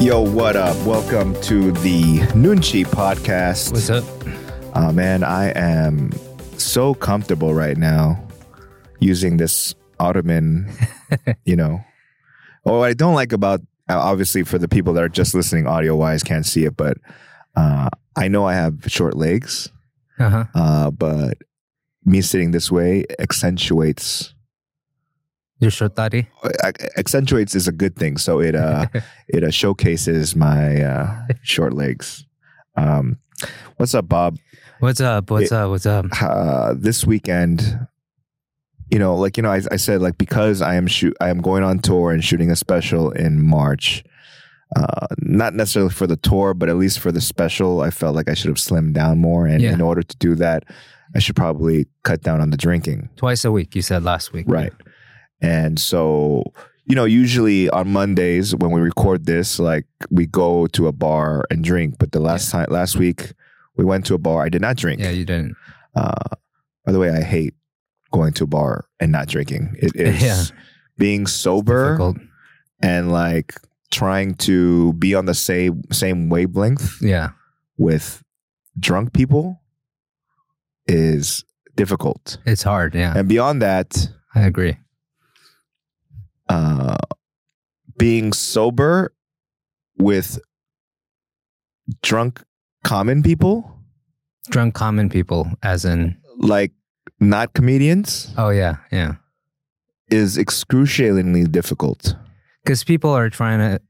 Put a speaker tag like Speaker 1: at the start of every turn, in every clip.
Speaker 1: Yo, what up? Welcome to the Nunchi podcast.
Speaker 2: What's up?
Speaker 1: Oh man, I am so comfortable right now using this ottoman, you know. Oh, what I don't like about uh, obviously for the people that are just listening audio wise can't see it, but uh, I know I have short legs,
Speaker 2: Uh huh.
Speaker 1: uh, but me sitting this way accentuates
Speaker 2: Your short daddy.
Speaker 1: uh, accentuates is a good thing. So it uh it uh, showcases my uh, short legs. Um, what's up, Bob?
Speaker 2: what's up? What's up? What's up?
Speaker 1: uh, this weekend, you know, like you know, I, I said like because I am shoot, I am going on tour and shooting a special in March. Uh, not necessarily for the tour, but at least for the special, I felt like I should have slimmed down more. And
Speaker 2: Yeah.
Speaker 1: in order to do that, I should probably cut down on the drinking.
Speaker 2: Twice a week, you said last week.
Speaker 1: Right. And so, you know, usually on Mondays when we record this, like we go to a bar and drink. But the last time, last week, we went to a bar. I did not drink.
Speaker 2: Yeah, you didn't.
Speaker 1: Uh, by the way, I hate going to a bar and not drinking. It is
Speaker 2: Yeah.
Speaker 1: being sober
Speaker 2: Difficult.
Speaker 1: and like trying to be on the same same wavelength
Speaker 2: Yeah.
Speaker 1: with drunk people is difficult.
Speaker 2: It's hard. Yeah.
Speaker 1: And beyond that,
Speaker 2: I agree.
Speaker 1: uh, being sober with drunk common people,
Speaker 2: Drunk common people, as in,
Speaker 1: like not comedians,
Speaker 2: oh, yeah. Yeah.
Speaker 1: is excruciatingly difficult.
Speaker 2: Because people are trying to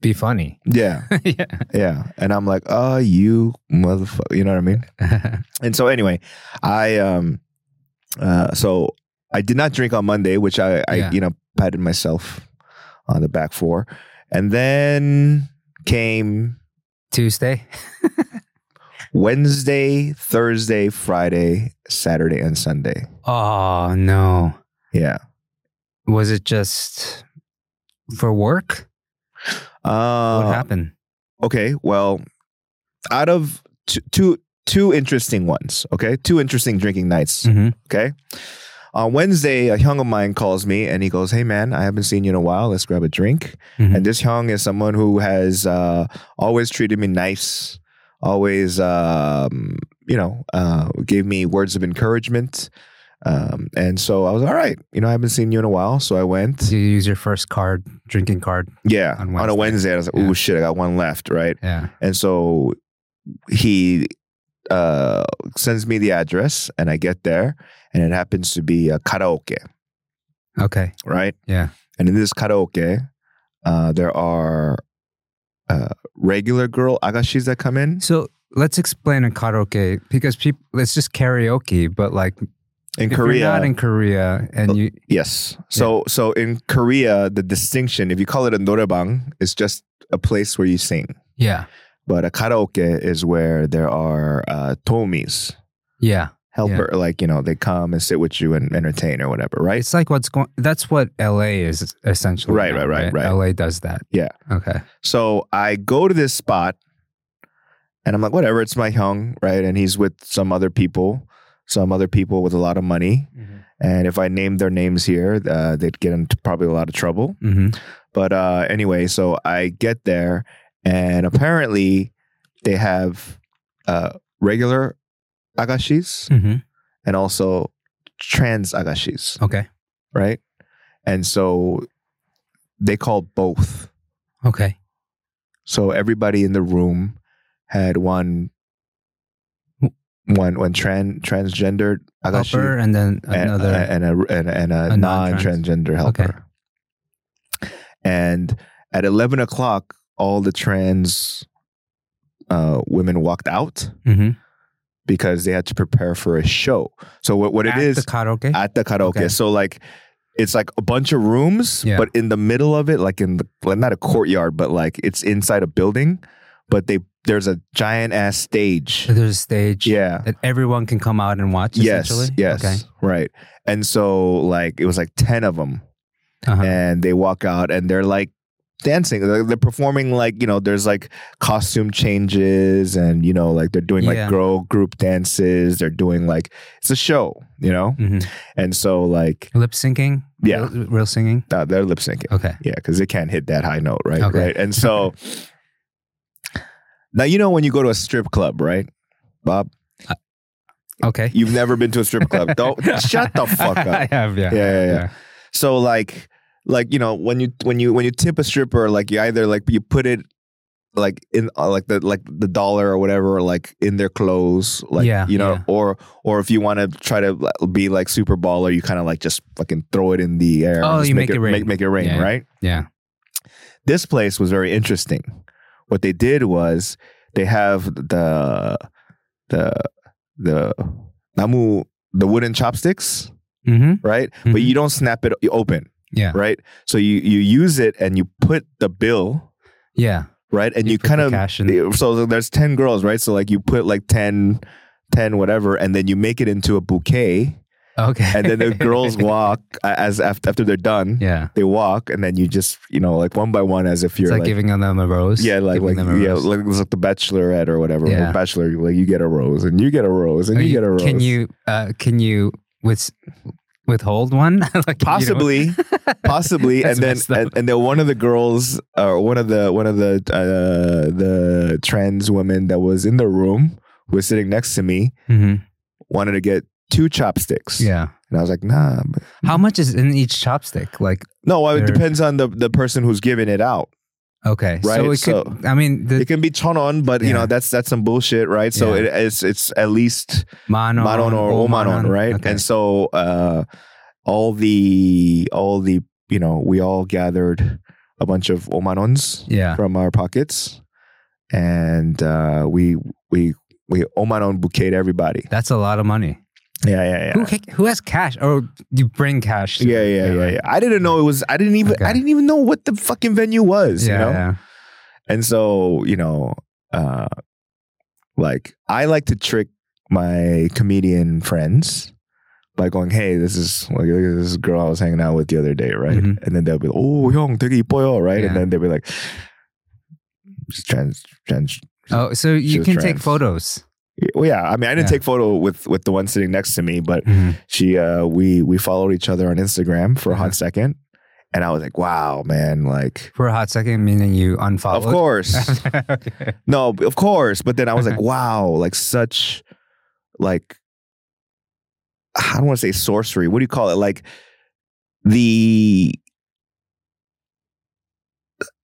Speaker 2: be funny.
Speaker 1: Yeah.
Speaker 2: yeah.
Speaker 1: Yeah. And I'm like, oh, you motherfucker. You know what I mean? And so anyway, I um uh so I did not drink on Monday, which I, I
Speaker 2: Yeah.
Speaker 1: you know, patted myself on the back for. And then came
Speaker 2: Tuesday.
Speaker 1: Wednesday, Thursday, Friday, Saturday, and Sunday.
Speaker 2: Oh, no.
Speaker 1: Yeah.
Speaker 2: Was it just for work? what
Speaker 1: Uh,
Speaker 2: happened?
Speaker 1: okay. Well, out of t- two two interesting ones, okay? Two interesting drinking nights.
Speaker 2: hmm
Speaker 1: Okay. On Wednesday, a hyung of mine calls me and he goes, Hey man, I haven't seen you in a while. Let's grab a drink.
Speaker 2: Mhm.
Speaker 1: And this hyung is someone who has uh, always treated me nice, always, um, you know, uh, gave me words of encouragement. Um, and so I was all right. You know, I haven't seen you in a while. So I went.
Speaker 2: Did you use your first card, drinking card?
Speaker 1: Yeah.
Speaker 2: On
Speaker 1: On, a Wednesday, I was like,
Speaker 2: Yeah.
Speaker 1: Oh shit, I got one left. Right.
Speaker 2: Yeah.
Speaker 1: And so he uh, sends me the address and I get there and it happens to be a karaoke.
Speaker 2: Okay.
Speaker 1: right?
Speaker 2: Yeah.
Speaker 1: And in this karaoke, uh, there are uh, regular girl agashis that come in
Speaker 2: So let's explain a karaoke because people, it's just karaoke, but like
Speaker 1: in
Speaker 2: if
Speaker 1: Korea.
Speaker 2: you're not in Korea and you,
Speaker 1: yes. So so in Korea, the distinction, if you call it a norebang, is just a place where you sing.
Speaker 2: yeah,
Speaker 1: But a karaoke is where there are uh, tomis,
Speaker 2: yeah,
Speaker 1: helper, like you know, they come and sit with you and entertain or whatever, right?
Speaker 2: it's like what's going. That's what LA is essentially.
Speaker 1: Right,
Speaker 2: now,
Speaker 1: right, right, right.
Speaker 2: LA does that.
Speaker 1: Yeah.
Speaker 2: Okay.
Speaker 1: So I go to this spot and I'm like, whatever, it's my hyung, right? And he's with some other people, some other people with a lot of money. And if I named their names here, uh, they'd get into probably a lot of trouble.
Speaker 2: hmm
Speaker 1: But uh, anyway, so I get there and apparently they have uh, regular agashis
Speaker 2: hmm
Speaker 1: and also trans agashis,
Speaker 2: Okay.
Speaker 1: right? And so they call both.
Speaker 2: Okay.
Speaker 1: So everybody in the room had one, one, one tran, transgendered agashi Eh,
Speaker 2: Helper and then
Speaker 1: and, uh,
Speaker 2: another.
Speaker 1: and a and, a- and a,
Speaker 2: a non-trans.
Speaker 1: non-transgender helper.
Speaker 2: Okay.
Speaker 1: And at eleven o'clock, all the trans uh, women walked out
Speaker 2: Mhm.
Speaker 1: because they had to prepare for a show. So what what it
Speaker 2: At
Speaker 1: is
Speaker 2: the karaoke.
Speaker 1: at the karaoke.
Speaker 2: Okay.
Speaker 1: So like it's like a bunch of rooms,
Speaker 2: Yeah.
Speaker 1: but in the middle of it, like in the well, not a courtyard, but like it's inside a building. But they there's a giant ass stage.
Speaker 2: There's a stage.
Speaker 1: Yeah.
Speaker 2: That everyone can come out and watch.
Speaker 1: Yes.
Speaker 2: Essentially?
Speaker 1: Yes.
Speaker 2: Okay.
Speaker 1: Right. And so like it was like ten of them,
Speaker 2: Uh-huh.
Speaker 1: and they walk out and they're like dancing. Like, they're performing like you know, there's like costume changes, and you know, like they're doing
Speaker 2: Yeah.
Speaker 1: like girl group dances. They're doing like it's a show, you know.
Speaker 2: Mhm.
Speaker 1: And so like
Speaker 2: Lip syncing?
Speaker 1: Yeah.
Speaker 2: Real, real singing?
Speaker 1: uh, they're lip syncing.
Speaker 2: Okay.
Speaker 1: Yeah, because they can't hit that high note, right?
Speaker 2: Okay.
Speaker 1: Right. And so now you know when you go to a strip club, right, Bob?
Speaker 2: Okay.
Speaker 1: You've never been to a strip club. Don't shut the fuck
Speaker 2: I
Speaker 1: up.
Speaker 2: have, yeah.
Speaker 1: Yeah, yeah, yeah. So like like you know when you when you when you tip a stripper, like you either like you put it like in uh, like the like the dollar or whatever like in their clothes like
Speaker 2: Yeah,
Speaker 1: you know
Speaker 2: yeah.
Speaker 1: or or if you want to try to like, be like super baller you kind of like just fucking throw it in the air and
Speaker 2: Oh,
Speaker 1: just
Speaker 2: you make it rain.
Speaker 1: make, make it rain
Speaker 2: Yeah.
Speaker 1: right
Speaker 2: Yeah.
Speaker 1: this place was very interesting. What they did was they have the the the namu the wooden chopsticks,
Speaker 2: Mm-hmm.
Speaker 1: right? But
Speaker 2: Mhm.
Speaker 1: you don't snap it open,
Speaker 2: Yeah.
Speaker 1: right? So you you use it and you put the bill,
Speaker 2: Yeah.
Speaker 1: right? And you,
Speaker 2: put
Speaker 1: kind
Speaker 2: the
Speaker 1: of
Speaker 2: cash in.
Speaker 1: so there's 10 girls, right? So like you put like 10 10 whatever and then you make it into a bouquet
Speaker 2: Okay.
Speaker 1: and then the girls walk as after, after they're done.
Speaker 2: Yeah.
Speaker 1: They walk and then you just, you know, like one by one as if you're
Speaker 2: It's like,
Speaker 1: like
Speaker 2: giving them a rose.
Speaker 1: yeah, like
Speaker 2: giving
Speaker 1: like
Speaker 2: them a
Speaker 1: yeah,
Speaker 2: rose.
Speaker 1: like, it's like the Bachelorette or whatever.
Speaker 2: Yeah.
Speaker 1: Or bachelor, like you get a rose and you get a rose and
Speaker 2: Are
Speaker 1: you, get a rose.
Speaker 2: Can you uh, can you with withhold one? Like, you don't-
Speaker 1: possibly, possibly, and
Speaker 2: That's
Speaker 1: then
Speaker 2: messed up.
Speaker 1: and, and then one of the girls or one of the one of the uh, the trans women that was in the room who was sitting next to me
Speaker 2: Mhm.
Speaker 1: wanted to get two chopsticks.
Speaker 2: Yeah.
Speaker 1: and I was like, nah. but-
Speaker 2: How much is in each chopstick? Like
Speaker 1: No, well, it
Speaker 2: They're-
Speaker 1: depends on the, the person who's giving it out.
Speaker 2: okay,
Speaker 1: Right,
Speaker 2: So it
Speaker 1: so-
Speaker 2: could. I mean, the
Speaker 1: It can be chonon, but you
Speaker 2: Yeah.
Speaker 1: know that's that's some bullshit, right? So
Speaker 2: Yeah.
Speaker 1: it, it's it's at least
Speaker 2: manon,
Speaker 1: Maron or Omanon, right?
Speaker 2: Okay.
Speaker 1: And so uh, all the all the you know we all gathered a bunch of Omanons
Speaker 2: yeah.
Speaker 1: from our pockets, and uh, we we we Omanon bouquet everybody.
Speaker 2: That's a lot of money.
Speaker 1: Yeah, yeah, yeah.
Speaker 2: Who ca- who has cash? Or you bring cash? to-
Speaker 1: Yeah, yeah, yeah,
Speaker 2: right?
Speaker 1: yeah. I didn't know it was. I didn't even. I
Speaker 2: Okay.
Speaker 1: didn't even know what the fucking venue was.
Speaker 2: Yeah,
Speaker 1: you know.
Speaker 2: yeah.
Speaker 1: And so you know, uh, like I like to trick my comedian friends by going, "Hey, this is like this is a girl I was hanging out with the other day, right?"
Speaker 2: Mhm.
Speaker 1: And then they'll be, like, "Oh, young, 되게 이뻐요," right?
Speaker 2: Yeah.
Speaker 1: And then they'll be like, "She's trans, trans."
Speaker 2: Oh, so
Speaker 1: She
Speaker 2: you
Speaker 1: was
Speaker 2: can take
Speaker 1: trans.
Speaker 2: photos.
Speaker 1: Well, yeah. I mean, I didn't
Speaker 2: Yeah.
Speaker 1: take photo with with the one sitting next to me, but
Speaker 2: Mhm.
Speaker 1: she, uh, we we followed each other on Instagram for a
Speaker 2: Uh-huh.
Speaker 1: hot second, and I was like, "Wow, man!" Like,
Speaker 2: For a hot second, meaning you unfollowed.
Speaker 1: of course.
Speaker 2: Okay.
Speaker 1: No, of course. But then I was like,
Speaker 2: Okay.
Speaker 1: wow, like such, like, I don't want to say sorcery. What do you call it? Like the,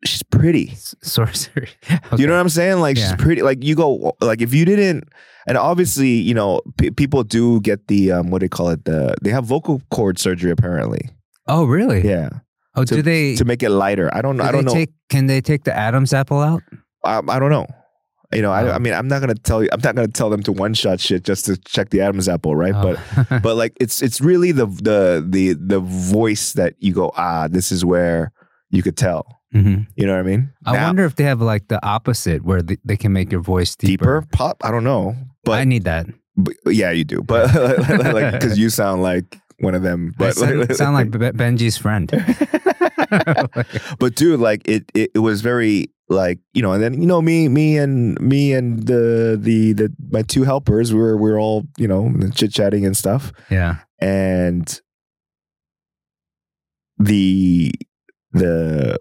Speaker 1: she's pretty.
Speaker 2: S- Sorcery.
Speaker 1: You know what I'm saying? Like
Speaker 2: Yeah.
Speaker 1: she's pretty. Like you go. Like if you didn't, and obviously you know pe people do get the um what do they call it? The they have vocal cord surgery apparently.
Speaker 2: Oh, really?
Speaker 1: Yeah,
Speaker 2: Oh, do they?
Speaker 1: to make it lighter. I don't.
Speaker 2: do
Speaker 1: I
Speaker 2: they
Speaker 1: don't know.
Speaker 2: Take, can they take the Adam's apple out?
Speaker 1: I, I don't know. You know, I,
Speaker 2: Oh.
Speaker 1: I mean, I'm not gonna tell you. I'm not gonna tell them to one shot shit just to check the Adam's apple, right?
Speaker 2: Oh.
Speaker 1: But
Speaker 2: but
Speaker 1: but like it's it's really the the the the voice that you go ah, this is where you could tell. You know what I mean?
Speaker 2: mm-hmm. I
Speaker 1: Now,
Speaker 2: wonder if they have like the opposite where th- they can make your voice
Speaker 1: deeper
Speaker 2: deeper.
Speaker 1: pop. I don't know,
Speaker 2: I
Speaker 1: but,
Speaker 2: need that.
Speaker 1: but yeah, you do. But like because you sound like one of them.
Speaker 2: I
Speaker 1: But
Speaker 2: sound, sound like Be- Benji's friend.
Speaker 1: but dude, like it, it, it was very like you know, and then you know me, me and me and the the the my two helpers, we were we were all you know chit chatting and stuff,
Speaker 2: yeah.
Speaker 1: and the the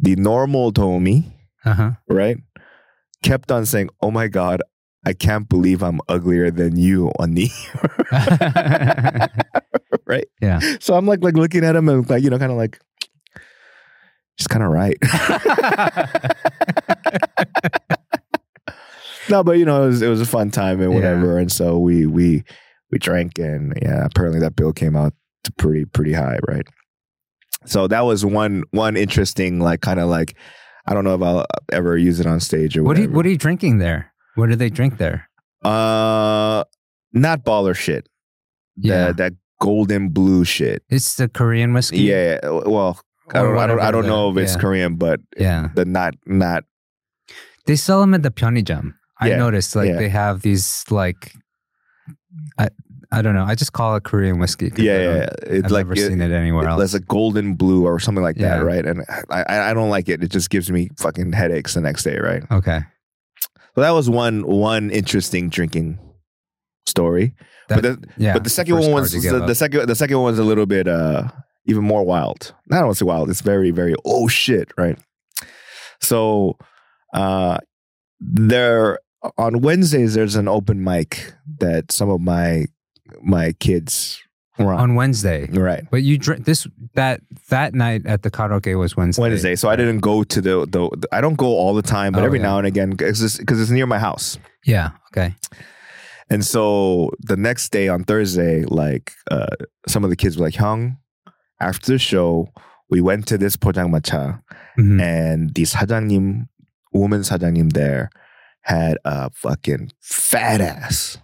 Speaker 1: the normal Tommy,
Speaker 2: Uh huh.
Speaker 1: right, kept on saying, "Oh my god." I can't believe I'm uglier than you, Ani. Right.
Speaker 2: Yeah.
Speaker 1: So I'm like, like looking at him and like, you know, kind of like, she's kind of right. No, but you know, it was, it was a fun time and
Speaker 2: Yeah.
Speaker 1: whatever. And so we we we drank and yeah, apparently that bill came out to pretty pretty high, right? So that was one one interesting like kind of like I don't know if I'll uh, ever use it on stage or
Speaker 2: what are you,
Speaker 1: whatever.
Speaker 2: what are you drinking there? What do they drink there?
Speaker 1: uh not baller shit.
Speaker 2: Yeah.
Speaker 1: That that golden blue shit.
Speaker 2: It's the Korean whiskey.
Speaker 1: Yeah, yeah. well, I
Speaker 2: or
Speaker 1: don't, I don't I
Speaker 2: whatever
Speaker 1: don't
Speaker 2: the-
Speaker 1: know if it's
Speaker 2: yeah.
Speaker 1: Korean, but
Speaker 2: Yeah.
Speaker 1: the not not
Speaker 2: They sell them at the Pyeongjam. I
Speaker 1: Yeah,
Speaker 2: noticed like
Speaker 1: yeah.
Speaker 2: they have these like I I don't know. I just call it Korean whiskey. 'cause I
Speaker 1: Yeah, yeah,
Speaker 2: don't-
Speaker 1: yeah. It,
Speaker 2: I've
Speaker 1: like
Speaker 2: never seen it anywhere else.
Speaker 1: That's a golden blue or something like
Speaker 2: Yeah.
Speaker 1: that, right? And I, I, I don't like it. It just gives me fucking headaches the next day, right?
Speaker 2: okay,
Speaker 1: So that was one one interesting drinking story. but
Speaker 2: That-
Speaker 1: the,
Speaker 2: yeah.
Speaker 1: but the second
Speaker 2: first
Speaker 1: one was
Speaker 2: card you give
Speaker 1: the,
Speaker 2: up.
Speaker 1: the second the second one was a little bit uh even more wild. I don't want to say wild. It's very very oh shit right. So, uh, there on Wednesdays there's an open mic that some of my my kids were on.
Speaker 2: on Wednesday.
Speaker 1: Right.
Speaker 2: But you drink this that that night at the karaoke was Wednesday.
Speaker 1: Wednesday. So I didn't go to the, the, the- I don't go all the time, but
Speaker 2: Oh,
Speaker 1: every
Speaker 2: yeah.
Speaker 1: now and again because it's, 'cause it's near my house.
Speaker 2: Yeah. Okay.
Speaker 1: And so the next day on Thursday, like uh, some of the kids were like, "Hyung, after the show, we went to this pojangmacha,
Speaker 2: Mhm.
Speaker 1: and the 사장님, woman 사장님 there, had a fucking fat ass.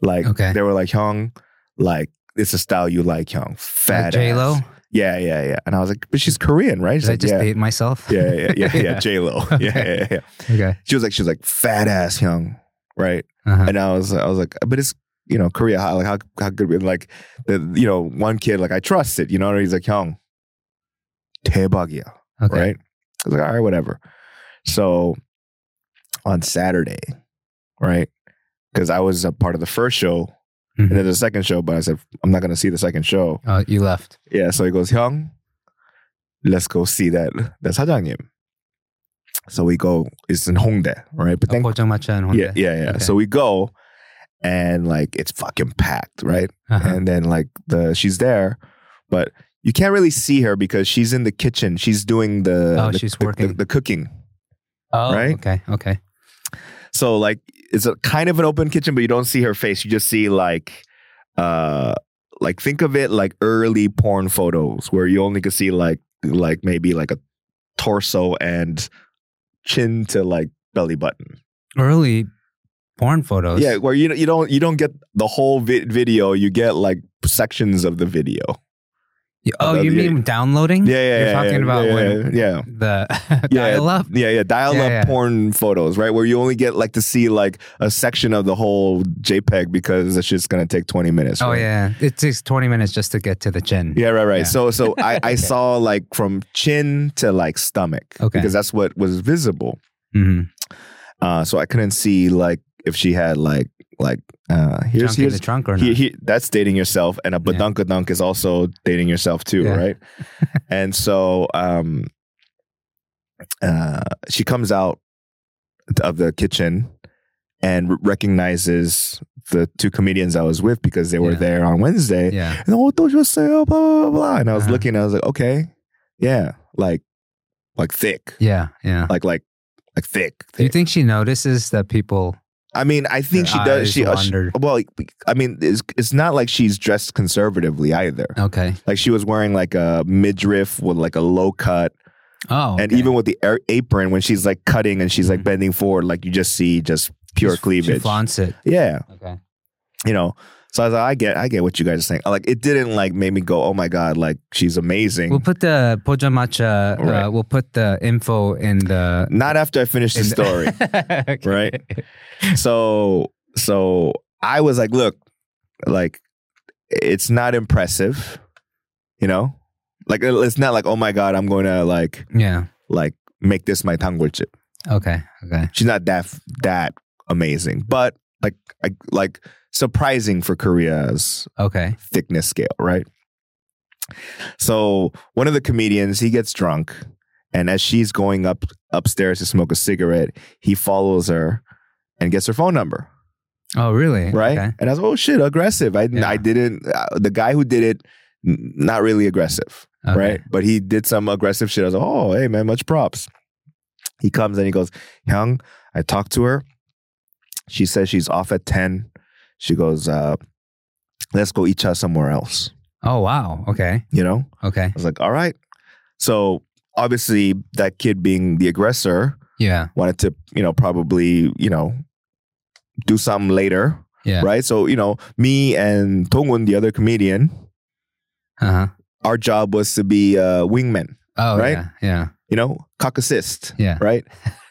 Speaker 1: Like
Speaker 2: Okay.
Speaker 1: they were like, "Hyung, like it's a style you like, Hyung, fat
Speaker 2: Like J Lo.
Speaker 1: ass." Yeah, yeah, yeah. And I was like, "But she's Korean, right?" She's
Speaker 2: Did I
Speaker 1: like,
Speaker 2: just
Speaker 1: yeah.
Speaker 2: date myself?
Speaker 1: yeah, yeah, yeah, yeah. J Lo. Yeah,
Speaker 2: Okay.
Speaker 1: yeah, yeah.
Speaker 2: okay.
Speaker 1: She was like, she was like fat ass young, right?
Speaker 2: Uh-huh.
Speaker 1: And I was, I was like, but it's you know Korea. How like how how good? we- Like the you know one kid like I trust it. You know, and he's like young, 대박이야,
Speaker 2: okay.
Speaker 1: right? I was like, all right, whatever. So on Saturday, right? Because I was a part of the first show and
Speaker 2: Mhm.
Speaker 1: then the second show, but I said I'm not gonna see the second show.
Speaker 2: Oh, you left.
Speaker 1: Yeah, so he goes, Hyung, let's go see that the 사장님. So we go, it's in Hongdae, right? But
Speaker 2: Oh,
Speaker 1: then,
Speaker 2: Pojangmacha and
Speaker 1: yeah,
Speaker 2: Hongdae.
Speaker 1: yeah, yeah.
Speaker 2: Okay.
Speaker 1: So we go and like it's fucking packed, right?
Speaker 2: Uh-huh.
Speaker 1: And then like the she's there, but you can't really see her because she's in the kitchen. She's doing the
Speaker 2: Oh,
Speaker 1: uh, the-
Speaker 2: she's
Speaker 1: the-
Speaker 2: working.
Speaker 1: the, the cooking.
Speaker 2: oh,
Speaker 1: right?
Speaker 2: Okay. Okay.
Speaker 1: So like it's a kind of an open kitchen, but you don't see her face. You just see like uh like think of it like early porn photos where you only could see like like maybe like a torso and chin to like belly button.
Speaker 2: Early porn photos.
Speaker 1: Yeah, where you you don't you don't get the whole vi- video, you get like sections of the video.
Speaker 2: Yeah, Oh,
Speaker 1: Uh,
Speaker 2: you
Speaker 1: yeah.
Speaker 2: mean downloading?
Speaker 1: Yeah, yeah,
Speaker 2: You're
Speaker 1: yeah,
Speaker 2: talking
Speaker 1: yeah,
Speaker 2: about
Speaker 1: yeah,
Speaker 2: when
Speaker 1: yeah, yeah.
Speaker 2: the
Speaker 1: Yeah.
Speaker 2: dial up.
Speaker 1: Yeah, yeah, dial
Speaker 2: Yeah,
Speaker 1: up
Speaker 2: yeah.
Speaker 1: porn photos, right? Where you only get like to see like a section of the whole JPEG because it's just gonna take twenty minutes.
Speaker 2: Oh
Speaker 1: right?
Speaker 2: yeah, it takes twenty minutes just to get to the chin.
Speaker 1: Yeah, right, right.
Speaker 2: Yeah.
Speaker 1: So, so I, I
Speaker 2: Okay.
Speaker 1: saw like from chin to like stomach,
Speaker 2: Okay.
Speaker 1: because that's what was visible.
Speaker 2: hmm
Speaker 1: Uh, so I couldn't see like if she had like like uh, here's
Speaker 2: Junk in the
Speaker 1: here's
Speaker 2: trunk or not?
Speaker 1: he, he, that's dating yourself, and a
Speaker 2: Yeah.
Speaker 1: badunkadunk dunk is also dating yourself too,
Speaker 2: Yeah.
Speaker 1: right? and so, um, uh, she comes out of the kitchen and r- recognizes the two comedians I was with because they were
Speaker 2: Yeah.
Speaker 1: there on Wednesday,
Speaker 2: yeah.
Speaker 1: and oh, don't you say oh, blah blah blah, blah. And I was
Speaker 2: Uh-huh.
Speaker 1: looking, I was like, okay, yeah, like, like thick,
Speaker 2: Yeah. Yeah.
Speaker 1: like like like thick.
Speaker 2: Do you
Speaker 1: thick.
Speaker 2: think she notices that people?
Speaker 1: I mean, I think
Speaker 2: Her
Speaker 1: she
Speaker 2: eyes
Speaker 1: does. She, uh, she-
Speaker 2: wandered.
Speaker 1: well, I mean, it's it's not like she's dressed conservatively either.
Speaker 2: Okay.
Speaker 1: Like she was wearing like a midriff with like a low cut,
Speaker 2: Oh.
Speaker 1: and
Speaker 2: okay.
Speaker 1: even with the a- apron when she's like cutting and she's like
Speaker 2: Mhm.
Speaker 1: bending forward, like you just see just pure
Speaker 2: She- She
Speaker 1: cleavage.
Speaker 2: flaunts it.
Speaker 1: yeah,
Speaker 2: Okay.
Speaker 1: you know. So I was like, I get, I get what you guys are saying. Like, it didn't like make me go, oh my god, like she's amazing.
Speaker 2: We'll put the pojamacha.
Speaker 1: Right.
Speaker 2: Uh, we'll put the info in the
Speaker 1: Not after I finished the
Speaker 2: in
Speaker 1: story.
Speaker 2: Okay.
Speaker 1: right? so so I was like, look, like it's not impressive, you know? Like it- it's not like, oh my god, I'm going to like
Speaker 2: Yeah.
Speaker 1: like make this my tanggol chip.
Speaker 2: Okay. Okay.
Speaker 1: She's not that f- that amazing, but like I, like surprising for Korea's
Speaker 2: Okay.
Speaker 1: thickness scale, right? So one of the comedians, he gets drunk, and as she's going up upstairs to smoke a cigarette, he follows her and gets her phone number,
Speaker 2: Oh, really?
Speaker 1: right?
Speaker 2: Okay.
Speaker 1: And I was, oh shit, aggressive. I
Speaker 2: Yeah.
Speaker 1: I didn't. Uh, the guy who did it, n- not really aggressive,
Speaker 2: Okay.
Speaker 1: right? But he did some aggressive shit. I was like, oh hey man, much props. He comes and he goes, Young. I talked to her. She says she's off at ten. She goes, uh, let's go eat cha somewhere else.
Speaker 2: Oh, wow. Okay.
Speaker 1: You know,
Speaker 2: Okay.
Speaker 1: I was like, all right. So obviously, that kid being the aggressor
Speaker 2: Yeah.
Speaker 1: wanted to, you know, probably, you know, do something later,
Speaker 2: Yeah.
Speaker 1: right? So you know, me and Tongwon, the other comedian,
Speaker 2: Uh huh.
Speaker 1: our job was to be uh, wingmen,
Speaker 2: Oh,
Speaker 1: Right?
Speaker 2: yeah. Yeah.
Speaker 1: you know, cock assist,
Speaker 2: Yeah.
Speaker 1: right,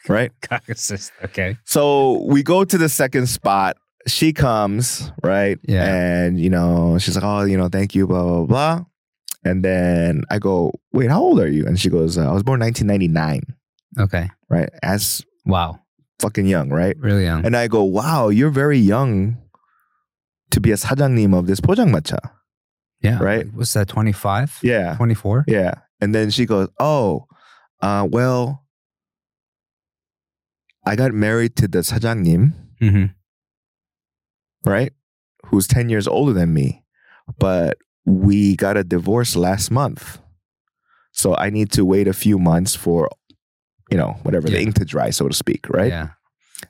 Speaker 1: right.
Speaker 2: Caucasus. Okay.
Speaker 1: So we go to the second spot. she comes, right?
Speaker 2: Yeah.
Speaker 1: And, you know, she's like, oh, you know, thank you, blah, blah, blah. And then I go, wait, how old are you? And she goes, uh, I was born 1999,
Speaker 2: Okay.
Speaker 1: right? As
Speaker 2: Wow.
Speaker 1: fucking young, right?
Speaker 2: Really young.
Speaker 1: And I go, wow, you're very young to be a sajangnim of this pojangmacha.
Speaker 2: yeah.
Speaker 1: right?
Speaker 2: What's that? Twenty five.
Speaker 1: Yeah.
Speaker 2: Twenty four.
Speaker 1: Yeah. And then she goes, oh, uh, well, I got married to the sajangnim,
Speaker 2: Mm-hmm.
Speaker 1: right? Who's 10 years older than me. But we got a divorce last month. So I need to wait a few months for, you know, whatever the
Speaker 2: Yeah.
Speaker 1: ink to dry, so to speak, right?
Speaker 2: Yeah.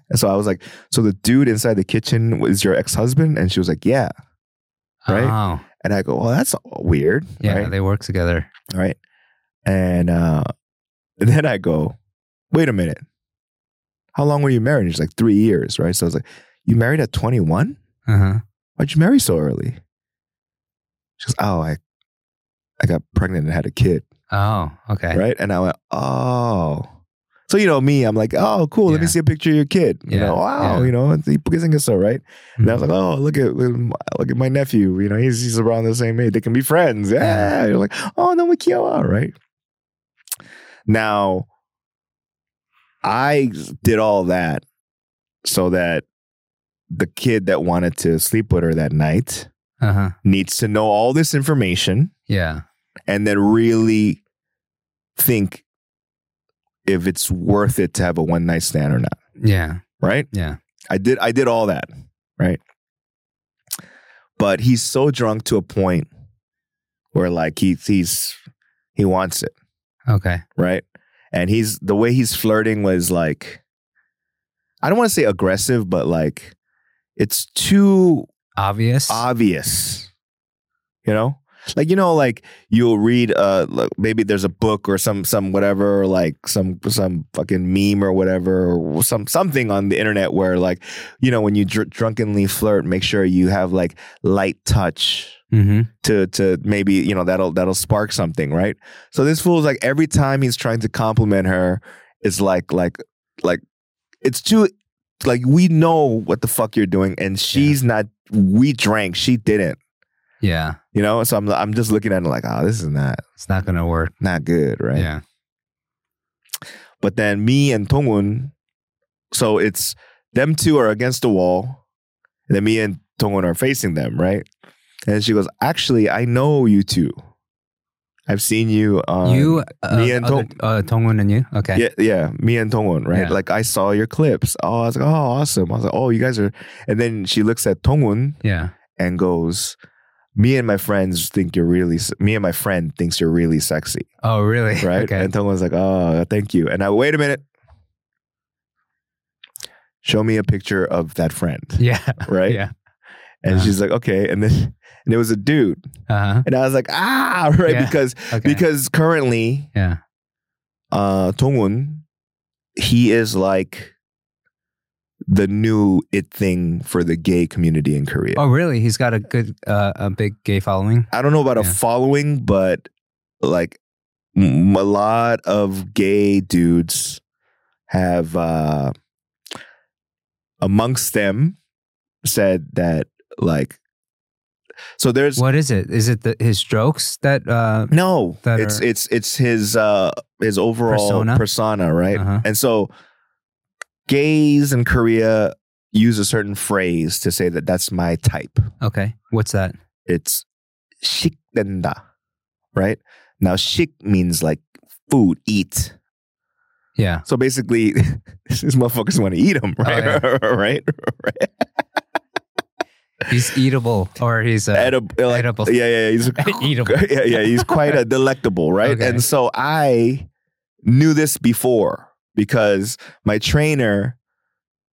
Speaker 1: And so I was like, so the dude inside the kitchen was your ex husband? And she was like, yeah. Right?
Speaker 2: Oh,
Speaker 1: And I go, well, that's weird,
Speaker 2: yeah.
Speaker 1: right?
Speaker 2: They work together.
Speaker 1: All right. And, uh, and then I go, wait a minute. How long were you married? And she's like, three years, right? So I was like, you married at 21?
Speaker 2: Uh huh.
Speaker 1: Why'd you marry so early? She goes, oh, I, I got pregnant and had a kid,
Speaker 2: Oh, okay.
Speaker 1: right? And I went, oh. So, you know, me, I'm like, oh, cool. Let me
Speaker 2: Yeah.
Speaker 1: see a picture of your kid. You
Speaker 2: Yeah,
Speaker 1: know, wow,
Speaker 2: yeah.
Speaker 1: you know, it's it's so, right? And I was
Speaker 2: Mhm.
Speaker 1: like, oh, look at look at my- look at my nephew. You know, he's he's around the same age. They can be friends. Yeah.
Speaker 2: Yeah.
Speaker 1: You're like, oh no, Makiawa, right? Now, I did all that so that the kid that wanted to sleep with her that night
Speaker 2: uh-huh.
Speaker 1: needs to know all this information
Speaker 2: Yeah.
Speaker 1: and then really think if it's worth it to have a one night stand or not,
Speaker 2: Yeah.
Speaker 1: right?
Speaker 2: Yeah.
Speaker 1: I did I did all that, right? But he's so drunk to a point where like he he's he wants it,
Speaker 2: Okay.
Speaker 1: right? And he's the way he's flirting was like I don't want to say aggressive, but like it's too
Speaker 2: Obvious.
Speaker 1: obvious. You know? Like you know like you'll read uh like maybe there's a book or some some whatever or like some some fucking meme or whatever or some something on the internet where like you know when you dr- drunkenly flirt make sure you have like light touch
Speaker 2: mm-hmm.
Speaker 1: to to maybe you know that'll that'll spark something right so this fool's like every time he's trying to compliment her it's like like like it's too like we know what the fuck you're doing and she's not we drank she didn't
Speaker 2: Yeah.
Speaker 1: you know so i'm i'm just looking at it like oh this is not
Speaker 2: It's not gonna work.
Speaker 1: not good right
Speaker 2: Yeah.
Speaker 1: but then me and Tongun so it's them two are against the wall and then me and Tongun are facing them right and she goes actually I know you two I've seen you on
Speaker 2: you. Uh,
Speaker 1: me and
Speaker 2: other- uh, Tongwon and you. Okay.
Speaker 1: yeah, yeah, me and Tongwon, right?
Speaker 2: Yeah.
Speaker 1: Like I saw your clips. Oh, I was like, oh, awesome. I was like, oh, you guys are. And then she looks at Tongwon
Speaker 2: Yeah.
Speaker 1: and goes, "Me and my friends think you're really. s- Me and my friend thinks you're really sexy,
Speaker 2: Oh, really?
Speaker 1: right?"
Speaker 2: Okay.
Speaker 1: And Tongwon's like, "Oh, thank you." And I wait a minute. Show me a picture of that friend,
Speaker 2: yeah.
Speaker 1: right?
Speaker 2: Yeah.
Speaker 1: And
Speaker 2: Uh-huh.
Speaker 1: she's like, "Okay." And then and it was a dude,
Speaker 2: Uh huh.
Speaker 1: and I was like, "Ah, right,"
Speaker 2: Yeah.
Speaker 1: because
Speaker 2: Okay.
Speaker 1: because currently
Speaker 2: yeah.
Speaker 1: uh Tongwon, he is like the new it thing for the gay community in Korea.
Speaker 2: Oh, really? He's got a good, uh, a big gay following.
Speaker 1: I don't know about
Speaker 2: yeah.
Speaker 1: a following, but like m- a lot of gay dudes have uh amongst them said that like so there's
Speaker 2: What is it? Is it the, his jokes that? Uh,
Speaker 1: No,
Speaker 2: that
Speaker 1: it's
Speaker 2: are-
Speaker 1: it's it's his uh his overall persona,
Speaker 2: Persona?
Speaker 1: right?
Speaker 2: Uh-huh.
Speaker 1: And so, gays in Korea use a certain phrase to say that that's my type.
Speaker 2: okay. What's that?
Speaker 1: It's 식된다, right? Now shik means like food, eat.
Speaker 2: Yeah.
Speaker 1: So basically, these motherfuckers want to eat them, right? right? right?
Speaker 2: He's eatable, or he's uh,
Speaker 1: Edible, like,
Speaker 2: edible.
Speaker 1: Yeah, yeah, he's
Speaker 2: Eatable.
Speaker 1: yeah, yeah, he's quite a delectable, right?
Speaker 2: Okay.
Speaker 1: And so I knew this before because my trainer,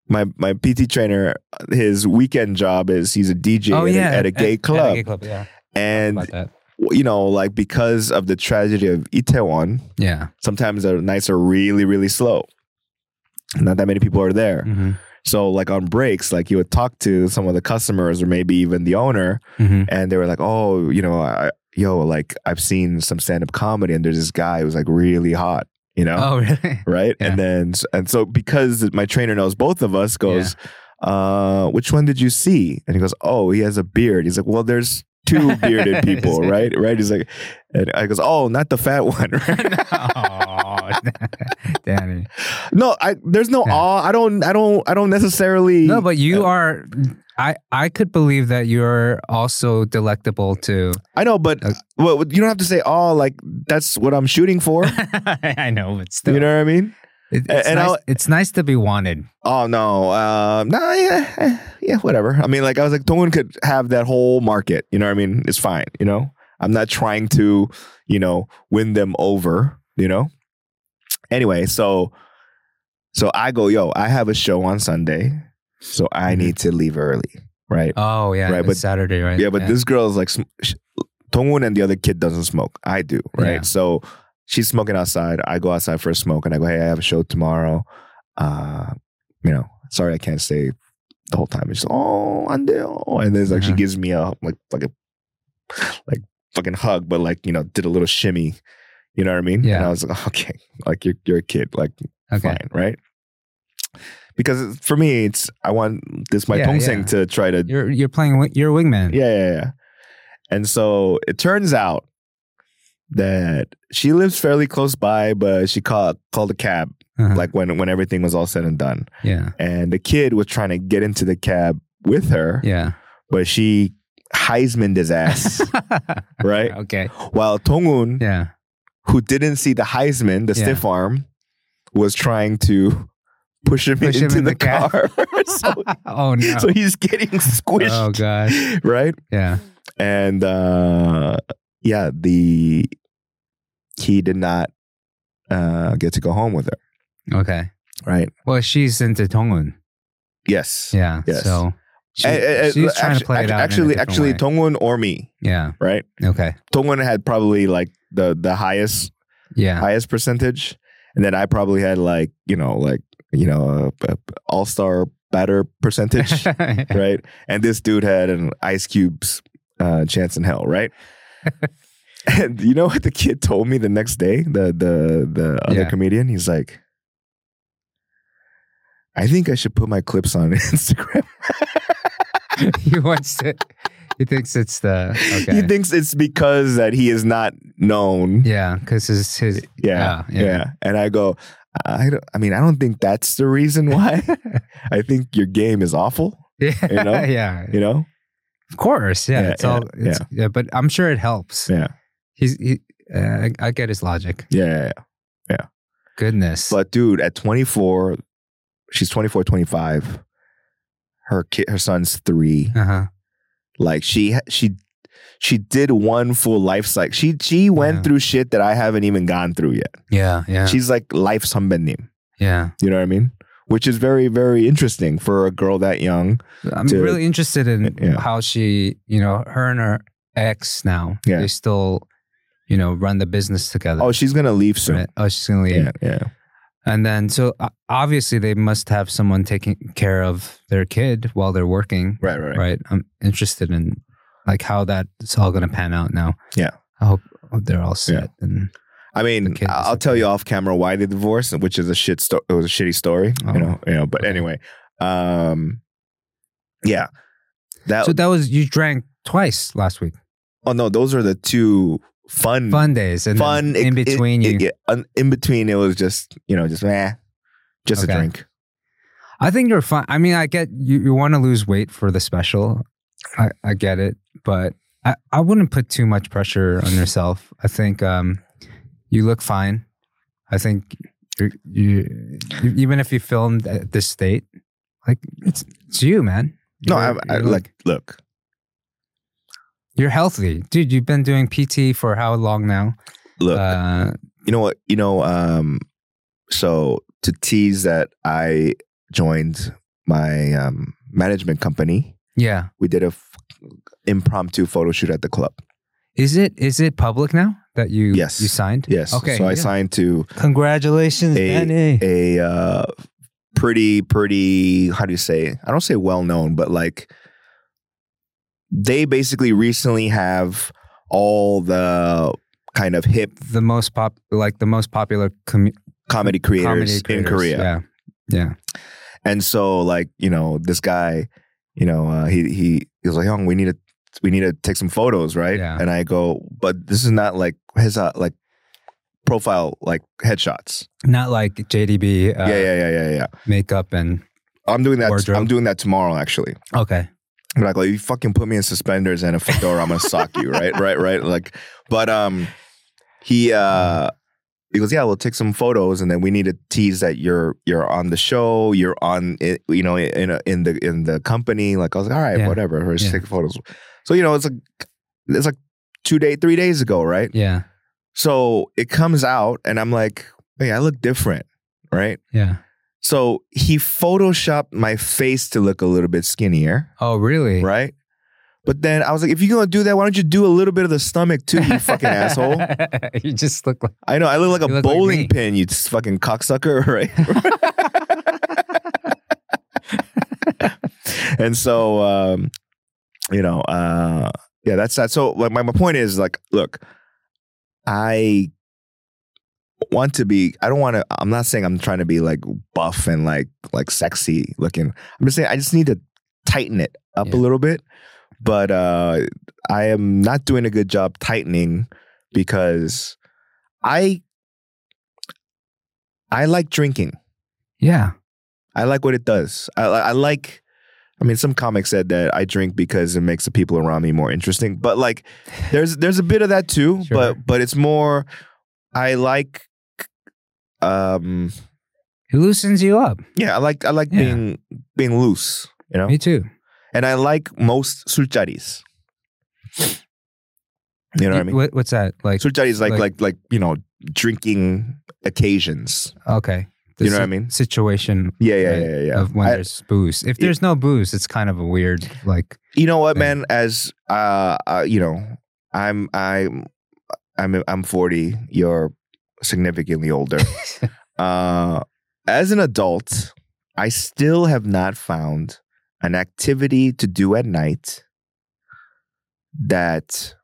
Speaker 1: my my PT trainer, his weekend job is he's a DJ
Speaker 2: oh
Speaker 1: at,
Speaker 2: yeah,
Speaker 1: a, at a gay
Speaker 2: At
Speaker 1: club,
Speaker 2: a gay club. Yeah.
Speaker 1: and
Speaker 2: About that.
Speaker 1: you know, like because of the tragedy of Itaewon,
Speaker 2: Yeah.
Speaker 1: sometimes the nights are really really slow. Not that many people are there.
Speaker 2: Mm-hmm.
Speaker 1: So, like on breaks, like you would talk to some of the customers or maybe even the owner,
Speaker 2: Mm-hmm.
Speaker 1: and they were like, "Oh, you know, I, yo, like I've seen some stand-up comedy, and there's this guy who's like really hot, you know,
Speaker 2: Oh really?
Speaker 1: right?"
Speaker 2: yeah.
Speaker 1: And then, and so because my trainer knows both of us, goes, uh, which one did you see? And he goes, oh, he has a beard. He's like, well, there's two bearded people, right? Right? He's like, and I goes, oh, not the fat one, right?
Speaker 2: oh, Danny.
Speaker 1: no, I there's no
Speaker 2: Yeah.
Speaker 1: awe. I don't, I don't, I don't necessarily.
Speaker 2: No, but
Speaker 1: uh
Speaker 2: you are. I I could believe that you're also delectable too.
Speaker 1: I know, but
Speaker 2: Uh,
Speaker 1: well, you don't have to say awe. Like that's what I'm shooting for.
Speaker 2: I know, but still,
Speaker 1: you know what I mean?
Speaker 2: It-
Speaker 1: A-
Speaker 2: it's,
Speaker 1: and
Speaker 2: nice,
Speaker 1: I'll-
Speaker 2: it's nice to be wanted.
Speaker 1: Oh no, uh, no, yeah, eh, yeah, whatever. I mean, like I was like, Dolan could have that whole market. You know what I mean? It's fine. You know, I'm not trying to, you know, win them over. You know. Anyway, so, so I go, yo, I have a show on Sunday, so I
Speaker 2: Mhm.
Speaker 1: need to leave early, right?
Speaker 2: Oh yeah,
Speaker 1: Right,
Speaker 2: it's
Speaker 1: but-
Speaker 2: Saturday, right?
Speaker 1: Yeah, but this girl is like, sm- sh- Dongwon and the other kid doesn't smoke. I do, right?
Speaker 2: Yeah.
Speaker 1: So she's smoking outside. I go outside for a smoke, and I go, hey, I have a show tomorrow. Uh, you know, sorry, I can't stay the whole time. It's oh, and and then it's like she
Speaker 2: Uh-huh.
Speaker 1: gives me a like like a like fucking hug, but like you know, did a little shimmy. You know what I mean?
Speaker 2: Yeah.
Speaker 1: And I was like, okay, like you're you're a kid, like
Speaker 2: okay.
Speaker 1: fine, right? Because for me, it's I want this my
Speaker 2: Yeah,
Speaker 1: Pong Sing
Speaker 2: yeah.
Speaker 1: to try to
Speaker 2: You're you're playing. wi- You're a wingman.
Speaker 1: yeah, yeah, yeah. And so it turns out that she lives fairly close by, but she called called a cab
Speaker 2: Uh-huh.
Speaker 1: like when when everything was all said and done.
Speaker 2: yeah,
Speaker 1: And the kid was trying to get into the cab with her,
Speaker 2: yeah.
Speaker 1: but she Heismaned his ass, right?
Speaker 2: okay.
Speaker 1: While Tongun,
Speaker 2: Yeah.
Speaker 1: who didn't see the Heisman, the
Speaker 2: Yeah.
Speaker 1: stiff arm, was trying to push him
Speaker 2: Push him
Speaker 1: into
Speaker 2: in
Speaker 1: the,
Speaker 2: the cab.
Speaker 1: car. so,
Speaker 2: oh no.
Speaker 1: so he's getting squished,
Speaker 2: oh god.
Speaker 1: right?
Speaker 2: Yeah.
Speaker 1: and uh yeah the he did not uh get to go home with her
Speaker 2: Okay.
Speaker 1: right
Speaker 2: Well, she's into Tongun.
Speaker 1: yes
Speaker 2: Yeah.
Speaker 1: Yes.
Speaker 2: So she,
Speaker 1: Eh, eh, eh,
Speaker 2: she's trying to play it out. in a
Speaker 1: actually
Speaker 2: different
Speaker 1: actually
Speaker 2: way.
Speaker 1: Tongwon or me
Speaker 2: yeah.
Speaker 1: right
Speaker 2: Okay.
Speaker 1: Tongwon had probably like the the highest
Speaker 2: Yeah.
Speaker 1: highest percentage and then I probably had like you know like you know a, a all-star batter percentage right and this dude had an ice cubes uh chance in hell right and you know what the kid told me the next day the the the other
Speaker 2: Yeah.
Speaker 1: comedian he's like i think i should put my clips on instagram
Speaker 2: he wants to. He thinks it's the. Okay.
Speaker 1: he thinks it's because that he is not known yeah
Speaker 2: yeah, because his his.
Speaker 1: yeah,
Speaker 2: yeah, yeah.
Speaker 1: and i go i don't i mean i don't think that's the reason why i think your game is awful
Speaker 2: Yeah.
Speaker 1: You know?
Speaker 2: yeah.
Speaker 1: you know
Speaker 2: Of course. Yeah.
Speaker 1: Yeah,
Speaker 2: it's
Speaker 1: yeah,
Speaker 2: all. It's, yeah. But I'm sure it helps.
Speaker 1: Yeah.
Speaker 2: He's. He, uh, I, I get his logic.
Speaker 1: yeah, yeah, yeah.
Speaker 2: Goodness.
Speaker 1: But dude, at 24, she's 24, 25. Her kid, her son's three.
Speaker 2: uh huh.
Speaker 1: Like she, she, she did one full life cycle. She, she went
Speaker 2: Yeah.
Speaker 1: through shit that I haven't even gone through yet.
Speaker 2: Yeah. Yeah.
Speaker 1: She's like life 선배님.
Speaker 2: yeah.
Speaker 1: You know what I mean? Which is very, very interesting for a girl that young.
Speaker 2: I'm
Speaker 1: to-
Speaker 2: really interested in
Speaker 1: Yeah.
Speaker 2: how she, you know, her and her ex now,
Speaker 1: Yeah.
Speaker 2: they still, you know, run the business together.
Speaker 1: Oh, she's gonna leave soon.
Speaker 2: Right? Oh, she's gonna leave.
Speaker 1: Yeah, yeah,
Speaker 2: And then, so uh, obviously, they must have someone taking care of their kid while they're working,
Speaker 1: right, right,
Speaker 2: right?
Speaker 1: right.
Speaker 2: I'm interested in like how that's all gonna pan out now.
Speaker 1: Yeah.
Speaker 2: I hope they're all set. And
Speaker 1: I
Speaker 2: The
Speaker 1: mean,
Speaker 2: kid is
Speaker 1: I'll
Speaker 2: okay.
Speaker 1: tell you off camera why they divorced, which is a shit. Sto- it was a shitty story,
Speaker 2: Oh,
Speaker 1: you know. You know, but
Speaker 2: okay.
Speaker 1: anyway, um, yeah. That
Speaker 2: so that was you drank twice last week.
Speaker 1: Oh no, those are the two fun,
Speaker 2: Fun days and
Speaker 1: Hmm. fun
Speaker 2: then in
Speaker 1: it- it-
Speaker 2: between you.
Speaker 1: it- it- un- in between, it was just you know, just meh, just a
Speaker 2: Okay.
Speaker 1: drink.
Speaker 2: I think you're fine. I mean, I get you, you want to lose weight for the special. I, I get it, but I, I wouldn't put too much pressure on yourself. I think um, you look fine. I think you, you even if you filmed at this state, like it's, it's you, man.
Speaker 1: No, I,
Speaker 2: You're-
Speaker 1: I
Speaker 2: you're
Speaker 1: like look.
Speaker 2: you're healthy, dude. You've been doing PT for how long now?
Speaker 1: Look,
Speaker 2: Uh,
Speaker 1: you know what? You know, um, so to tease that I joined my um, management company,
Speaker 2: yeah.
Speaker 1: we did a f- impromptu photo shoot at the club.
Speaker 2: Is it is it public now that you
Speaker 1: Yes.
Speaker 2: you signed?
Speaker 1: Yes.
Speaker 2: Okay,
Speaker 1: So I
Speaker 2: yeah.
Speaker 1: signed to
Speaker 2: Congratulations,
Speaker 1: A-
Speaker 2: Danny.
Speaker 1: a uh, pretty pretty how do you say i don't say well known but like they basically recently have all the kind of hip
Speaker 2: the most pop like the most popular commu-
Speaker 1: comedy creators,
Speaker 2: comedy
Speaker 1: in korea
Speaker 2: Yeah. Yeah.
Speaker 1: And so like, you know, this guy, you know, uh, he he he was like, Young, we need to we need to take some photos, right?
Speaker 2: Yeah.
Speaker 1: And I go, but this is not like his uh, like profile like headshots.
Speaker 2: Not like JDB uh,
Speaker 1: yeah, yeah, yeah, yeah, yeah.
Speaker 2: makeup and
Speaker 1: I'm doing that
Speaker 2: wardrobe.
Speaker 1: I'm doing that tomorrow actually.
Speaker 2: okay.
Speaker 1: And like, like, you fucking put me in suspenders and a fedora, I'm gonna sock you, right? Right, right. Like, but um, he uh, he goes, yeah, we'll take some photos, and then we need to tease that you're you're on the show, you're on, it, you know, in a, in the in the company. Like, I was like, all right,
Speaker 2: Yeah.
Speaker 1: whatever, let's
Speaker 2: Yeah.
Speaker 1: take photos. So you know, it's like it's like two day, three days ago, right?
Speaker 2: Yeah.
Speaker 1: So it comes out, and I'm like, hey, I look different, right?
Speaker 2: Yeah.
Speaker 1: So he photoshopped my face to look a little bit skinnier
Speaker 2: Oh, really?
Speaker 1: right? But then I was like, if you're gonna do that, why don't you do a little bit of the stomach too, you fucking asshole?
Speaker 2: you just look like
Speaker 1: I know I look like
Speaker 2: You
Speaker 1: a
Speaker 2: look like
Speaker 1: bowling
Speaker 2: me.
Speaker 1: pin, you fucking cocksucker, right? and so, um, you know, uh, yeah, that's that. So, like, my my point is, like, look, I want to be. I don't want to. I'm not saying I'm trying to be like buff and like like sexy looking. I'm just saying I just need to tighten it up a
Speaker 2: Yeah.
Speaker 1: little bit. But uh, I am not doing a good job tightening because I I like drinking.
Speaker 2: yeah.
Speaker 1: I like what it does. I, I I like. I mean, some comic said that I drink because it makes the people around me more interesting. But like, there's there's a bit of that too.
Speaker 2: Sure.
Speaker 1: But but it's more. I like. Um.
Speaker 2: It loosens you up.
Speaker 1: Yeah, I like I like
Speaker 2: Yeah.
Speaker 1: being being loose. You know,
Speaker 2: Me too.
Speaker 1: and I like most sulcharis. You know what I mean?
Speaker 2: What, what's that like?
Speaker 1: Sulchari is like,
Speaker 2: Like-
Speaker 1: like like you know drinking occasions.
Speaker 2: Okay.
Speaker 1: You know what I mean?
Speaker 2: Situation
Speaker 1: Yeah, yeah,
Speaker 2: Right.
Speaker 1: yeah, yeah.
Speaker 2: of when
Speaker 1: I-
Speaker 2: there's booze. If there's no booze, it's kind of a weird like.
Speaker 1: you know what,
Speaker 2: Yeah.
Speaker 1: man? As uh, uh, you know, I'm I'm I'm I'm 40. You're significantly older. uh, as an adult, I still have not found an activity to do at night that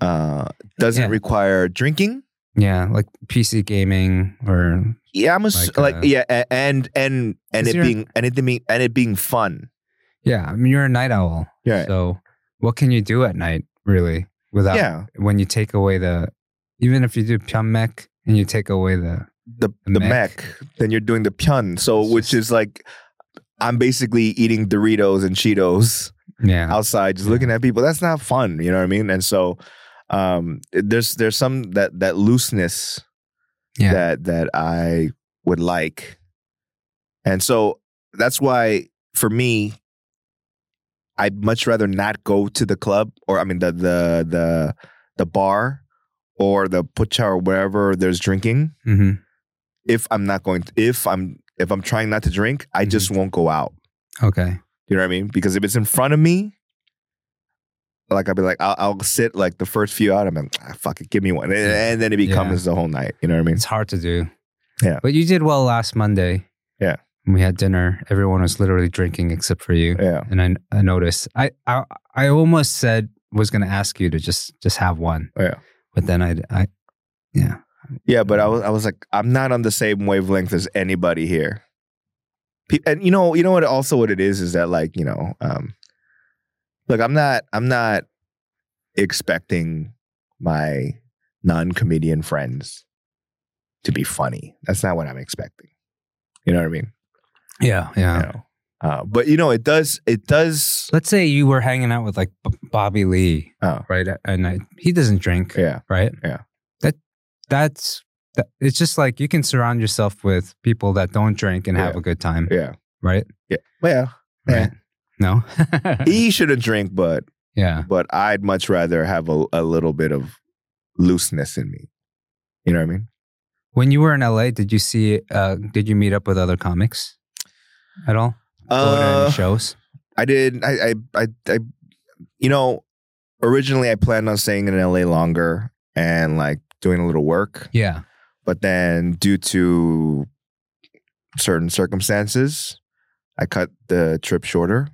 Speaker 1: uh doesn't
Speaker 2: Yeah.
Speaker 1: require drinking.
Speaker 2: Yeah, like PC gaming or
Speaker 1: Yeah, I'm ass-
Speaker 2: Like,
Speaker 1: like,
Speaker 2: uh,
Speaker 1: yeah, a- and and and
Speaker 2: Is
Speaker 1: it
Speaker 2: your-
Speaker 1: being and it being and it being fun.
Speaker 2: yeah. I mean, you're a night owl.
Speaker 1: Yeah.
Speaker 2: So what can you do at night really without
Speaker 1: Yeah,
Speaker 2: when you take away the even if you do pyeongmek and you take away the
Speaker 1: the
Speaker 2: The
Speaker 1: the
Speaker 2: mech.
Speaker 1: mech. then you're doing the pyun. So
Speaker 2: It's
Speaker 1: which
Speaker 2: just-
Speaker 1: is like I'm basically eating Doritos and Cheetos
Speaker 2: yeah
Speaker 1: outside, just
Speaker 2: Yeah.
Speaker 1: looking at people. That's not fun. You know what I mean? And so um there's there's some that that looseness
Speaker 2: Yeah.
Speaker 1: that that I would like. And so that's why for me I'd much rather not go to the club or I mean the the the the bar or the pucha or wherever there's drinking
Speaker 2: hmm
Speaker 1: if I'm not going to, if I'm if I'm trying not to drink, I
Speaker 2: Mm-hmm.
Speaker 1: just won't go out.
Speaker 2: okay
Speaker 1: You know what I mean? Because if it's in front of me, like I'll be like I'll, I'll sit like the first few out. I'm like, ah, fuck it, give me one, and,
Speaker 2: Yeah.
Speaker 1: and then it
Speaker 2: Yeah.
Speaker 1: becomes the whole night. You know what I mean?
Speaker 2: it's hard to do
Speaker 1: Yeah.
Speaker 2: but you did well last Monday
Speaker 1: Yeah.
Speaker 2: we had dinner everyone was literally drinking except for you
Speaker 1: Yeah,
Speaker 2: and I, I noticed I, I I almost said was gonna ask you to just just have one
Speaker 1: Oh, Yeah.
Speaker 2: but then I I yeah
Speaker 1: yeah. But I was I was like, I'm not on the same wavelength as anybody here. Pe- And you know, you know what? Also, what it is is that like you know, um, look, I'm not I'm not expecting my non-comedian friends to be funny. That's not what I'm expecting. You know what I mean?
Speaker 2: yeah yeah
Speaker 1: You know? Uh, but you know, it does. It does.
Speaker 2: let's say you were hanging out with like B- Bobby Lee
Speaker 1: Oh.
Speaker 2: right and I, he doesn't drink
Speaker 1: Yeah,
Speaker 2: right?
Speaker 1: Yeah.
Speaker 2: That that's that, it's just like you can surround yourself with people that don't drink and have
Speaker 1: Yeah.
Speaker 2: a good time,
Speaker 1: yeah,
Speaker 2: right?
Speaker 1: well, Yeah.
Speaker 2: Right? No.
Speaker 1: he shouldn't drink, but
Speaker 2: yeah.
Speaker 1: but I'd much rather have a, a little bit of looseness in me. You know what I mean?
Speaker 2: When you were in LA, did you see? Uh, did you meet up with other comics at all? Go to any
Speaker 1: Uh,
Speaker 2: shows?
Speaker 1: I did. I, I, I, I, you know, originally I planned on staying in LA longer and like doing a little work,
Speaker 2: Yeah.
Speaker 1: but then due to certain circumstances, I cut the trip shorter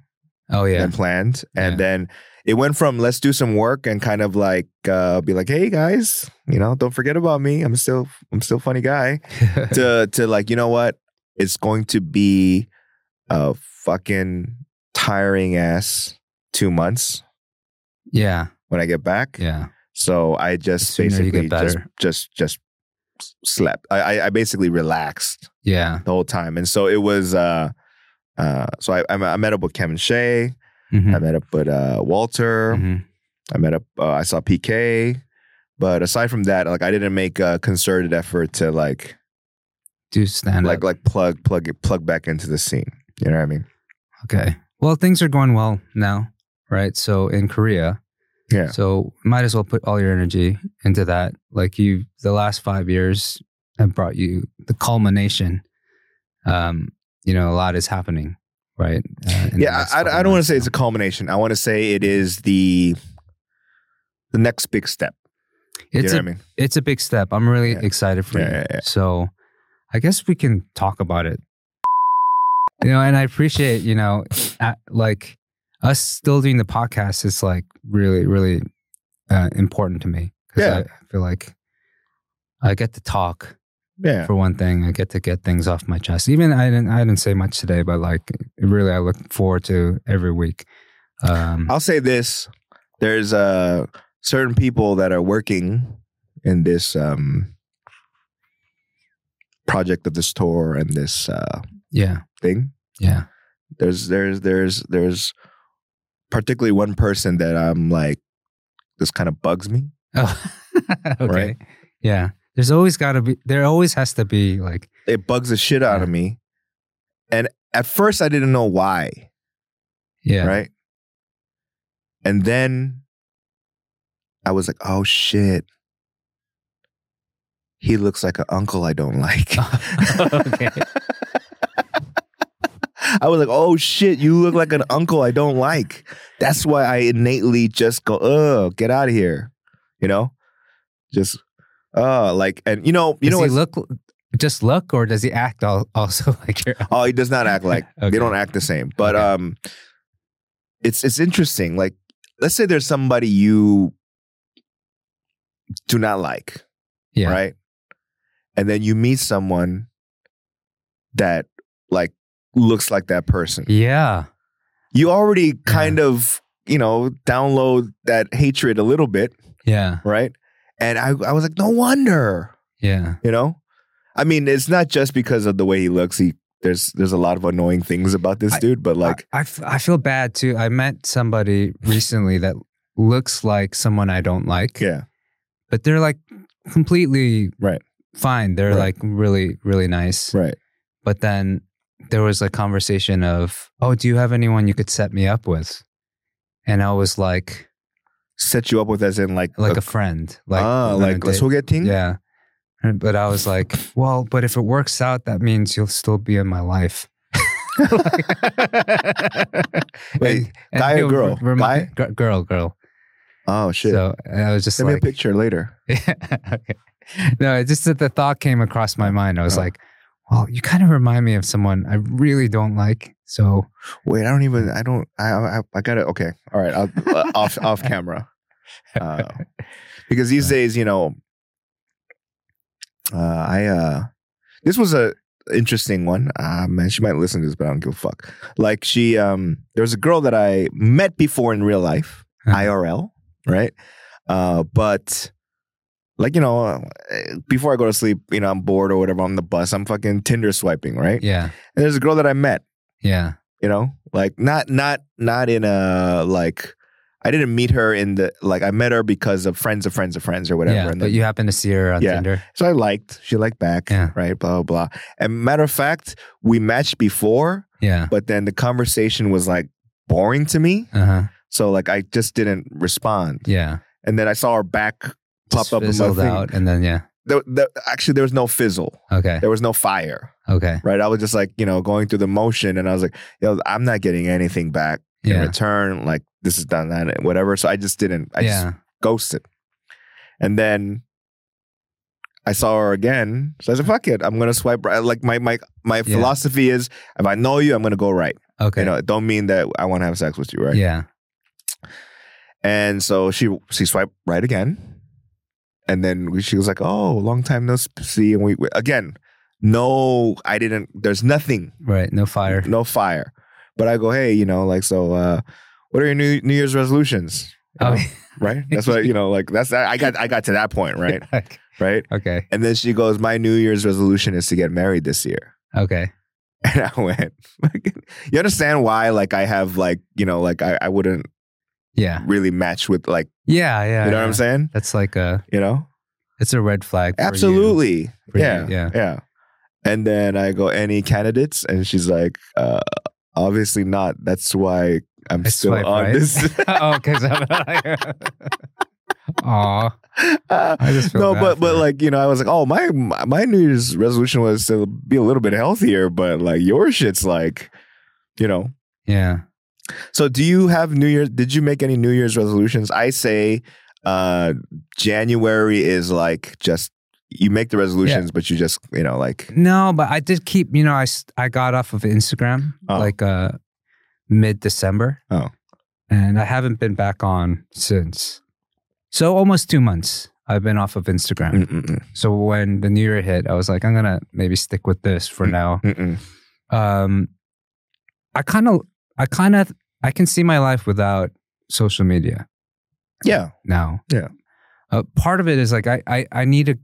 Speaker 2: Oh yeah.
Speaker 1: than planned, and
Speaker 2: Yeah.
Speaker 1: then it went from let's do some work and kind of like uh, be like, hey guys, you know, don't forget about me. I'm still, I'm still a funny guy. to to like, you know what? it's going to be a fucking tiring ass two months
Speaker 2: Yeah.
Speaker 1: when I get back.
Speaker 2: Yeah.
Speaker 1: So I just
Speaker 2: The sooner you
Speaker 1: basically
Speaker 2: get
Speaker 1: just
Speaker 2: better.
Speaker 1: just just slept. I, I I basically relaxed
Speaker 2: Yeah.
Speaker 1: the whole time, and so it was. uh uh, so I, I met I met up with Kevin Shea.
Speaker 2: Mhm.
Speaker 1: I met up with uh, Walter.
Speaker 2: Mhm.
Speaker 1: I met up. Uh, I saw PK, but aside from that, like I didn't make a concerted effort to like
Speaker 2: Do stand
Speaker 1: like
Speaker 2: up.
Speaker 1: like plug plug plug back into the scene. You know what I mean?
Speaker 2: Okay. Well, things are going well now, right? So in Korea,
Speaker 1: Yeah.
Speaker 2: So might as well put all your energy into that. Like you, the last five years have brought you the culmination. Um, you know, a lot is happening, right? Uh, in the
Speaker 1: yeah,
Speaker 2: next
Speaker 1: I,
Speaker 2: couple
Speaker 1: I don't want to
Speaker 2: months
Speaker 1: say it's
Speaker 2: now.
Speaker 1: a culmination. I want to say it is the the next big step. You
Speaker 2: it's
Speaker 1: know
Speaker 2: a,
Speaker 1: what I mean?
Speaker 2: it's a big step. I'm really
Speaker 1: Yeah.
Speaker 2: excited for
Speaker 1: Yeah,
Speaker 2: you.
Speaker 1: yeah, yeah.
Speaker 2: So I guess we can talk about it. you know, and I appreciate, you know, at, like us still doing the podcast is like really, really uh, important to me. Cause
Speaker 1: Yeah.
Speaker 2: I, I feel like I get to talk
Speaker 1: Yeah,
Speaker 2: for one thing. I get to get things off my chest. Even I didn't, I didn't say much today, but like really, I look forward to every week. Um,
Speaker 1: I'll say this: there's uh certain people that are working in this um project of this tour and this uh
Speaker 2: yeah.
Speaker 1: thing.
Speaker 2: Yeah.
Speaker 1: There's there's there's there's particularly one person that I'm like this kind of bugs me.
Speaker 2: Oh, okay.
Speaker 1: Right.
Speaker 2: Yeah. There's always got to be, there always has to be like,
Speaker 1: It bugs the shit out of me. And at first I didn't know why.
Speaker 2: yeah.
Speaker 1: right? And then I was like, oh shit. He looks like an uncle I don't like.
Speaker 2: okay.
Speaker 1: I was like, oh shit, you look like an uncle I don't like. That's why I innately just go, oh, get out of here. You know? Just uh like and you know, you
Speaker 2: does
Speaker 1: know
Speaker 2: he
Speaker 1: what?
Speaker 2: look just look or does he act al- also like your
Speaker 1: oh, he does not act like
Speaker 2: Okay.
Speaker 1: they don't act the same. But
Speaker 2: Okay.
Speaker 1: um it's it's interesting. Like let's say there's somebody you do not like.
Speaker 2: yeah.
Speaker 1: right? And then you meet someone that like looks like that person.
Speaker 2: Yeah. Uh-huh.
Speaker 1: You already kind of, you know, download that hatred a little bit,
Speaker 2: Yeah.
Speaker 1: right? And I, I was like, no wonder,
Speaker 2: Yeah.
Speaker 1: you know? I mean, it's not just because of the way he looks. He there's there's a lot of annoying things about this
Speaker 2: I-
Speaker 1: dude, but like
Speaker 2: I, I f- I feel bad too. I met somebody recently that looks like someone I don't like,
Speaker 1: yeah.
Speaker 2: but they're like completely
Speaker 1: Right.
Speaker 2: fine. They're
Speaker 1: Right.
Speaker 2: like really, really nice.
Speaker 1: Right.
Speaker 2: But then there was a conversation of, oh, do you have anyone you could set me up with? And I was like,
Speaker 1: Set you up with as in like
Speaker 2: like a, friend, like
Speaker 1: ah,
Speaker 2: on a
Speaker 1: like let's
Speaker 2: date.
Speaker 1: go get ting.
Speaker 2: Yeah. And- But I was like, well, but if it works out, that means you'll still be in my life.
Speaker 1: Wait,
Speaker 2: And
Speaker 1: guy or
Speaker 2: he'll
Speaker 1: girl?
Speaker 2: re- remind- gir- girl, girl.
Speaker 1: oh shit.
Speaker 2: So and I was just
Speaker 1: Send me
Speaker 2: like,
Speaker 1: a picture later.
Speaker 2: Okay. no, it's just that the thought came across my mind. I was
Speaker 1: Oh.
Speaker 2: like, well, you kind of remind me of someone I really don't like. So
Speaker 1: Wait, I don't even. I don't. I. I, I gotta. Okay. All right. I'll, uh, off. Off camera. Uh, because these days, you know, uh, I. uh This was a interesting one. Ah, man, she might listen to this, but I don't give a fuck. Like she, um, there was a girl that I met before in real life,
Speaker 2: Uh-huh.
Speaker 1: IRL, right? Uh, but. Like you know, uh, before I go to sleep, you know I'm bored or whatever. I'm on the bus. I'm fucking Tinder swiping, right?
Speaker 2: yeah,
Speaker 1: And there's a girl that I met
Speaker 2: yeah,
Speaker 1: you know like not not not in a like i didn't meet her in the like i met her because of friends of friends of friends or whatever
Speaker 2: yeah.
Speaker 1: and
Speaker 2: But
Speaker 1: then-
Speaker 2: you happen to see her on
Speaker 1: Yeah.
Speaker 2: Tinder.
Speaker 1: so i liked she liked back
Speaker 2: Yeah.
Speaker 1: right blah blah blah and matter of fact we matched before
Speaker 2: Yeah.
Speaker 1: but then the conversation was like boring to me
Speaker 2: Uh huh.
Speaker 1: so like i just didn't respond
Speaker 2: Yeah.
Speaker 1: and then i saw her back pop
Speaker 2: Just
Speaker 1: up in my
Speaker 2: fizzled
Speaker 1: thing.
Speaker 2: out, and then yeah.
Speaker 1: There- there- actually there was no fizzle
Speaker 2: Okay.
Speaker 1: there was no fire
Speaker 2: Okay.
Speaker 1: right i was just like you know going through the motion and i was like yo i'm not getting anything back in
Speaker 2: Yeah.
Speaker 1: return, like this is done that whatever. So I just didn't. I
Speaker 2: yeah.
Speaker 1: just ghosted, and then I saw her again. So I said, "Fuck it, I'm gonna swipe right." Like my my my
Speaker 2: Yeah.
Speaker 1: philosophy is, if I know you, I'm gonna go right.
Speaker 2: okay.
Speaker 1: You know, it don't mean that I want to have sex with you, right?
Speaker 2: Yeah.
Speaker 1: And so she she swiped right again, and then we, she was like, "Oh, long time no sp- see," and we, we again. no, I didn't. There's nothing,
Speaker 2: Right. No fire.
Speaker 1: no fire. But I go, hey, you know, like so. uh What are your new New Year's resolutions? You
Speaker 2: Oh,
Speaker 1: know, right. That's what you know. Like that's I got I got to that point. Right. Right.
Speaker 2: okay.
Speaker 1: And then she goes, my New Year's resolution is to get married this year.
Speaker 2: Okay.
Speaker 1: And I went, you understand why? Like I have like you know like I, I wouldn't
Speaker 2: Yeah.
Speaker 1: really match with like
Speaker 2: Yeah. Yeah.
Speaker 1: you know
Speaker 2: yeah.
Speaker 1: what I'm saying?
Speaker 2: That's like a.
Speaker 1: You know,
Speaker 2: It's a red flag. for you.
Speaker 1: absolutely,
Speaker 2: For you,
Speaker 1: yeah,
Speaker 2: yeah.
Speaker 1: yeah. And then I go, any candidates? And she's like, uh, obviously not. That's why I'm
Speaker 2: I
Speaker 1: still
Speaker 2: swipe
Speaker 1: on
Speaker 2: right.
Speaker 1: this.
Speaker 2: oh, because I'm not here. Aw,
Speaker 1: Uh,
Speaker 2: I just feel
Speaker 1: no,
Speaker 2: bad
Speaker 1: but
Speaker 2: for
Speaker 1: but
Speaker 2: her.
Speaker 1: like you know, I was like, oh my my New Year's resolution was to be a little bit healthier, but like your shit's like, you know,
Speaker 2: yeah.
Speaker 1: So do you have New Year's? Did you make any New Year's resolutions? I say uh January is like just you make the resolutions, but you just you know like
Speaker 2: No, but I did keep. You know, I s- I got off of Instagram
Speaker 1: Oh.
Speaker 2: like uh mid December.
Speaker 1: Oh.
Speaker 2: and I haven't been back on since. So almost two months I've been off of Instagram.
Speaker 1: mm-mm,
Speaker 2: So when the new year hit, I was like, I'm gonna maybe stick with this for
Speaker 1: Mm.
Speaker 2: now.
Speaker 1: mm-mm.
Speaker 2: Um, I kind of, I kind of, I can see my life without social media
Speaker 1: yeah,
Speaker 2: now.
Speaker 1: Yeah.
Speaker 2: Uh, part of it is like I, I I need to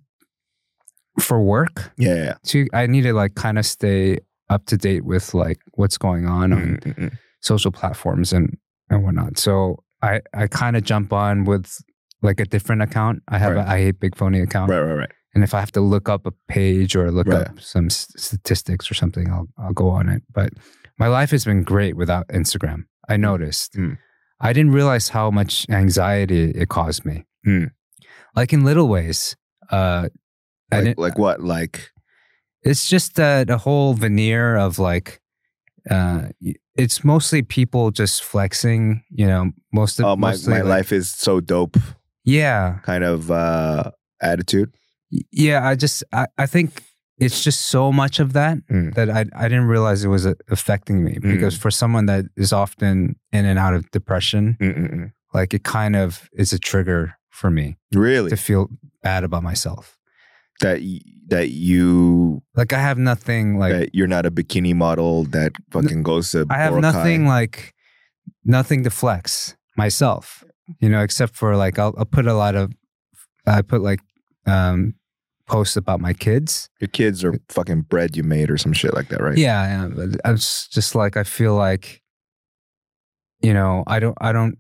Speaker 2: for work
Speaker 1: yeah, yeah.
Speaker 2: to I need to like kind of stay up to date with like what's going on on
Speaker 1: Mm, mm, mm.
Speaker 2: social platforms and and whatnot. So I I kind of jump on with like a different account. I have
Speaker 1: Right.
Speaker 2: a I hate big phony account,
Speaker 1: Right, right, right.
Speaker 2: and if I have to look up a page or look
Speaker 1: Right.
Speaker 2: up some s- statistics or something, I'll I'll go on it. But my life has been great without Instagram. I noticed.
Speaker 1: Mm.
Speaker 2: I didn't realize how much anxiety it caused me.
Speaker 1: Mm.
Speaker 2: Like in little ways. Uh, and
Speaker 1: Like,
Speaker 2: it-
Speaker 1: like what? Like
Speaker 2: it's just uh, the whole veneer of like, uh, y- it's mostly people just flexing. You know, most of
Speaker 1: oh my
Speaker 2: mostly,
Speaker 1: my
Speaker 2: like-
Speaker 1: life is so dope
Speaker 2: Yeah,
Speaker 1: kind of uh attitude.
Speaker 2: Y- yeah i just I, I think it's just so much of that
Speaker 1: Mm.
Speaker 2: that I, I didn't realize it was uh, affecting me because for someone that is often in and out of depression
Speaker 1: Mm-mm.
Speaker 2: like it kind of is a trigger for me
Speaker 1: Really,
Speaker 2: to feel bad about myself
Speaker 1: that y- that you
Speaker 2: like i have nothing like
Speaker 1: that you're not a bikini model that fucking goes to.
Speaker 2: i have
Speaker 1: Boracay.
Speaker 2: nothing like nothing to flex myself you know except for like i'll, I'll put a lot of i put like um posts about my kids
Speaker 1: Your kids are fucking bread you made or some shit like that, right?
Speaker 2: Yeah, yeah. but I was just like I feel like, you know, I don't, I don't,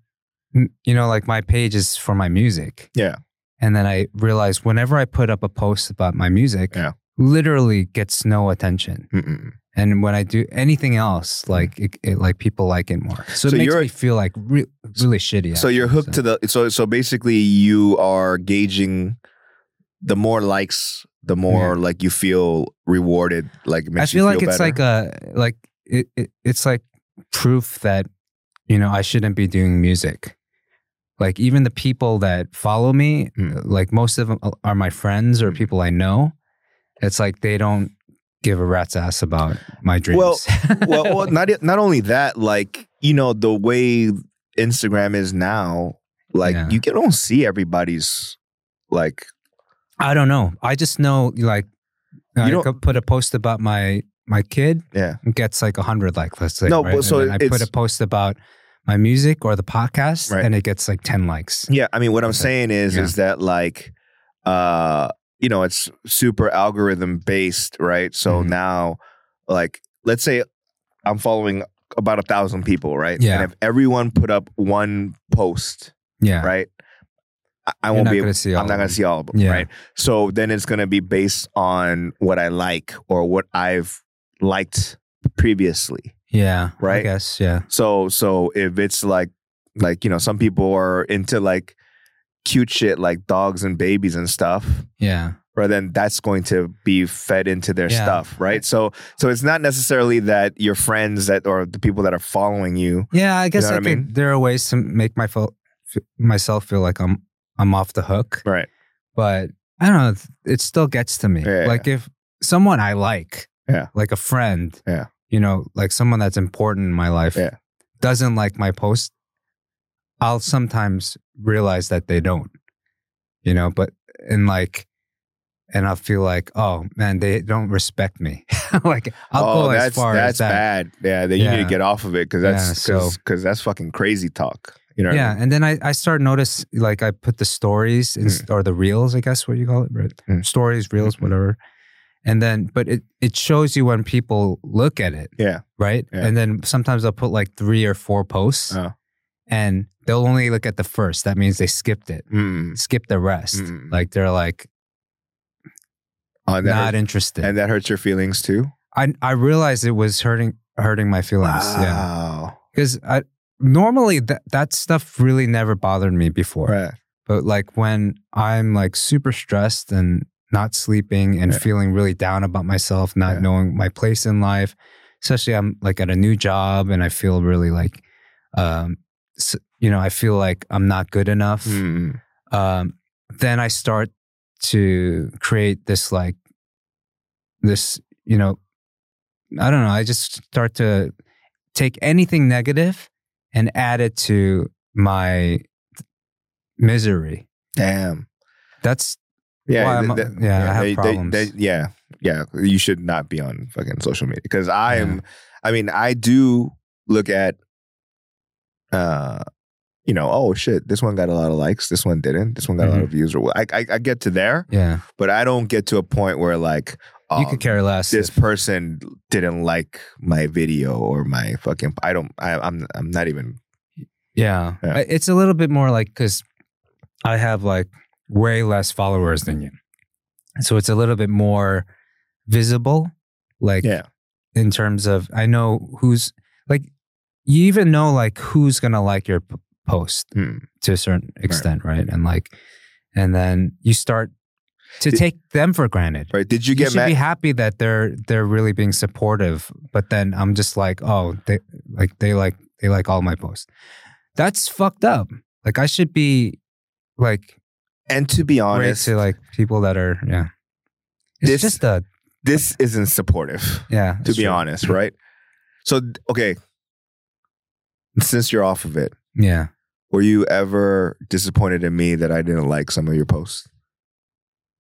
Speaker 2: n- you know, like my page is for my music.
Speaker 1: Yeah.
Speaker 2: And then I realized whenever I put up a post about my music,
Speaker 1: Yeah.
Speaker 2: literally gets no attention.
Speaker 1: Mm-mm.
Speaker 2: And when I do anything else, like it, it like people like it more. So,
Speaker 1: Mm. So
Speaker 2: it makes
Speaker 1: you're-
Speaker 2: me feel like re- really shitty.
Speaker 1: so you're hooked to the so so basically you are gauging the more likes the more like you feel rewarded like it
Speaker 2: I
Speaker 1: makes
Speaker 2: feel
Speaker 1: you
Speaker 2: like it's
Speaker 1: better.
Speaker 2: like a like it, it it's like proof that you know I shouldn't be doing music. Like even the people that follow me, uh,
Speaker 1: Mm.
Speaker 2: like most of them are my friends or
Speaker 1: Mm.
Speaker 2: people I know. It's like they don't give a rat's ass about my dreams.
Speaker 1: Well, well, well not not only that like you know the way Instagram is now like
Speaker 2: Yeah.
Speaker 1: you can don't see everybody's like
Speaker 2: I don't know. I just know like
Speaker 1: You
Speaker 2: I
Speaker 1: don't-
Speaker 2: could put a post about my my kid
Speaker 1: yeah
Speaker 2: and gets like a hundred like let's say
Speaker 1: No,
Speaker 2: right?
Speaker 1: but so
Speaker 2: and then I put
Speaker 1: it's-
Speaker 2: a post about my music or the podcast
Speaker 1: Right.
Speaker 2: and it gets like ten likes.
Speaker 1: yeah I mean what I'm
Speaker 2: Okay.
Speaker 1: saying is
Speaker 2: Yeah.
Speaker 1: is that like uh you know it's super algorithm based right so
Speaker 2: Mhm.
Speaker 1: now like let's say I'm following about a thousand people, right?
Speaker 2: Yeah.
Speaker 1: And if everyone put up one post,
Speaker 2: Yeah.
Speaker 1: right, I, I
Speaker 2: You're
Speaker 1: won't
Speaker 2: not
Speaker 1: be. Able,
Speaker 2: gonna see all
Speaker 1: I'm
Speaker 2: of
Speaker 1: not
Speaker 2: them.
Speaker 1: gonna see all of them,
Speaker 2: Yeah.
Speaker 1: right? So then it's gonna be based on what I like or what I've liked previously.
Speaker 2: Yeah. I
Speaker 1: Right?
Speaker 2: guess. Yeah.
Speaker 1: So so if it's like like you know some people are into like cute shit like dogs and babies and stuff.
Speaker 2: Yeah.
Speaker 1: Right, then that's going to be fed into their
Speaker 2: Yeah.
Speaker 1: stuff, right? So, so it's not necessarily that your friends that or the people that are following you
Speaker 2: Yeah. I guess
Speaker 1: know
Speaker 2: I,
Speaker 1: what I
Speaker 2: could,
Speaker 1: mean?
Speaker 2: there are ways to make my fo- f- myself feel like I'm I'm off the hook,
Speaker 1: Right.
Speaker 2: but I don't know. It still gets to me.
Speaker 1: Yeah, yeah,
Speaker 2: like if someone I like,
Speaker 1: Yeah.
Speaker 2: like a friend,
Speaker 1: Yeah.
Speaker 2: you know, like someone that's important in my life,
Speaker 1: Yeah.
Speaker 2: doesn't like my post, I'll sometimes realize that they don't, you know. But and like and I'll feel like, oh man, they don't respect me. like I'll
Speaker 1: oh,
Speaker 2: go
Speaker 1: that's,
Speaker 2: as far
Speaker 1: that's
Speaker 2: as that.
Speaker 1: bad. Yeah, that you need
Speaker 2: Yeah.
Speaker 1: to get off of it because
Speaker 2: Yeah,
Speaker 1: that's because
Speaker 2: so-
Speaker 1: that's fucking crazy talk. You know? what I
Speaker 2: Yeah,
Speaker 1: mean?
Speaker 2: and then I, I start notice like I put the stories in,
Speaker 1: Hmm.
Speaker 2: or the reels, I guess what you call it, right?
Speaker 1: Mm.
Speaker 2: Stories, reels,
Speaker 1: Mhm.
Speaker 2: whatever. And then, but it it shows you when people look at it,
Speaker 1: Yeah.
Speaker 2: right?
Speaker 1: Yeah.
Speaker 2: And then sometimes I'll put like three or four posts,
Speaker 1: Oh.
Speaker 2: and they'll only look at the first. That means they skipped it,
Speaker 1: Mm.
Speaker 2: skipped the rest.
Speaker 1: Mm.
Speaker 2: Like they're like
Speaker 1: Oh, and, that
Speaker 2: not
Speaker 1: hurt-
Speaker 2: interested.
Speaker 1: and that hurts your feelings too.
Speaker 2: I I realized it was hurting hurting my feelings. Yeah,
Speaker 1: Wow.
Speaker 2: because I normally that that stuff really never bothered me before.
Speaker 1: Right.
Speaker 2: But like when I'm like super stressed and not sleeping and
Speaker 1: Yeah.
Speaker 2: feeling really down about myself, not
Speaker 1: Yeah.
Speaker 2: knowing my place in life, especially I'm like at a new job and I feel really like, um, s- you know, I feel like I'm not good enough.
Speaker 1: Mm.
Speaker 2: Um, then I start to create this like, this, you know, I don't know. I just start to take anything negative and add it to my misery.
Speaker 1: Damn.
Speaker 2: That's
Speaker 1: Yeah.
Speaker 2: Why I'm- yeah, I have
Speaker 1: they- they-
Speaker 2: problems.
Speaker 1: they- yeah. Yeah. You should not be on fucking social media because I
Speaker 2: Yeah.
Speaker 1: am. I mean, I do look at. Uh, you know, oh shit! This one got a lot of likes. This one didn't. This one got a lot
Speaker 2: Mhm.
Speaker 1: of views. Or wha- I, I, I get to there,
Speaker 2: yeah.
Speaker 1: but I don't get to a point where like, oh,
Speaker 2: you could care less.
Speaker 1: this
Speaker 2: if-
Speaker 1: person didn't like my video or my fucking. I don't. I, I'm. I'm not even.
Speaker 2: yeah.
Speaker 1: Yeah.
Speaker 2: I- It's a little bit more like because I have like way less followers than you, so it's a little bit more visible. Like
Speaker 1: Yeah.
Speaker 2: in terms of I know who's like you even know like who's gonna like your p- post
Speaker 1: Hmm.
Speaker 2: to a certain extent, right. And like, and then you start to
Speaker 1: Did-
Speaker 2: take them for granted.
Speaker 1: Right? Did you
Speaker 2: you
Speaker 1: get
Speaker 2: should
Speaker 1: mad?
Speaker 2: be happy that they're they're really being supportive but then i'm just like oh they like they like they like all my posts that's fucked up like i should be like
Speaker 1: and to be
Speaker 2: great
Speaker 1: honest,
Speaker 2: to like people that are yeah it's
Speaker 1: This-
Speaker 2: just a
Speaker 1: this isn't supportive.
Speaker 2: yeah
Speaker 1: to
Speaker 2: that's
Speaker 1: be
Speaker 2: true.
Speaker 1: honest, right? So d- okay, since you're off of it,
Speaker 2: yeah
Speaker 1: were you ever disappointed in me that I didn't like some of your posts?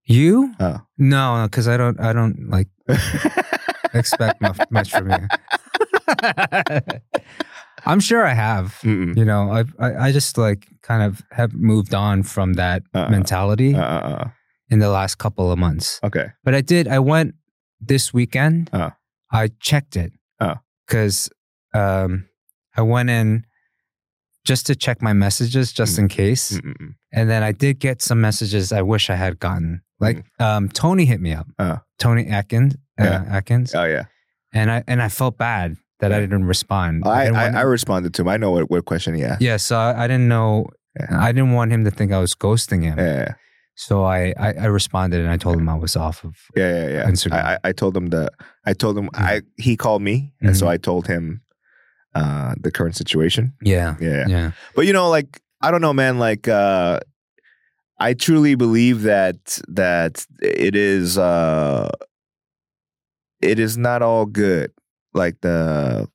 Speaker 2: you
Speaker 1: Oh.
Speaker 2: no because i don't i don't like expect much, much from you i'm sure i have
Speaker 1: Mm-mm.
Speaker 2: you know I've, i i just like kind of have moved on from that
Speaker 1: Uh-uh.
Speaker 2: mentality
Speaker 1: Uh, uh,
Speaker 2: in the last couple of months
Speaker 1: uh. Okay.
Speaker 2: But I did. I went this weekend.
Speaker 1: Oh.
Speaker 2: I checked it.
Speaker 1: Oh.
Speaker 2: Because um, I went in just to check my messages
Speaker 1: Mm.
Speaker 2: just in case.
Speaker 1: Mm-mm.
Speaker 2: And then I did get some messages I wish I had gotten. Like um, Tony hit me up.
Speaker 1: Oh.
Speaker 2: Tony Atkins. Uh,
Speaker 1: Mm. Yeah.
Speaker 2: Atkins.
Speaker 1: Oh yeah,
Speaker 2: And I and I felt bad that I didn't respond.
Speaker 1: I
Speaker 2: didn't
Speaker 1: I,
Speaker 2: want-
Speaker 1: I responded to him. I know what, what question he asked.
Speaker 2: yeah, so I, I didn't know.
Speaker 1: Yeah.
Speaker 2: I didn't want him to think I was ghosting him.
Speaker 1: Yeah,
Speaker 2: So I, I, I responded and I told him I was off of.
Speaker 1: yeah, yeah, yeah.
Speaker 2: Instagram.
Speaker 1: I, I I told him the I told him I he called me, and so I told him uh the current situation.
Speaker 2: Yeah.
Speaker 1: Yeah.
Speaker 2: Yeah.
Speaker 1: But you know, like I don't know, man. Like uh, I truly believe that that it is uh, it is not all good, like the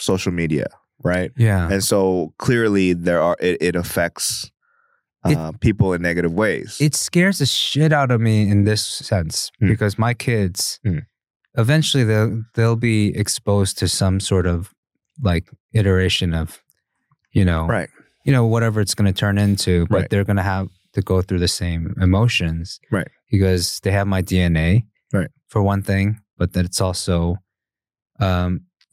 Speaker 1: social media, right?
Speaker 2: Yeah.
Speaker 1: And so clearly, there are it, it affects uh, people in negative ways.
Speaker 2: it scares the shit out of me in this sense
Speaker 1: Mm.
Speaker 2: because my kids
Speaker 1: Mm.
Speaker 2: eventually they'll they'll be exposed to some sort of like iteration of you know
Speaker 1: right,
Speaker 2: you know whatever it's going to turn into but
Speaker 1: Right.
Speaker 2: they're going to have to go through the same emotions
Speaker 1: Right.
Speaker 2: because they have my dna
Speaker 1: Right.
Speaker 2: for one thing but that it's also um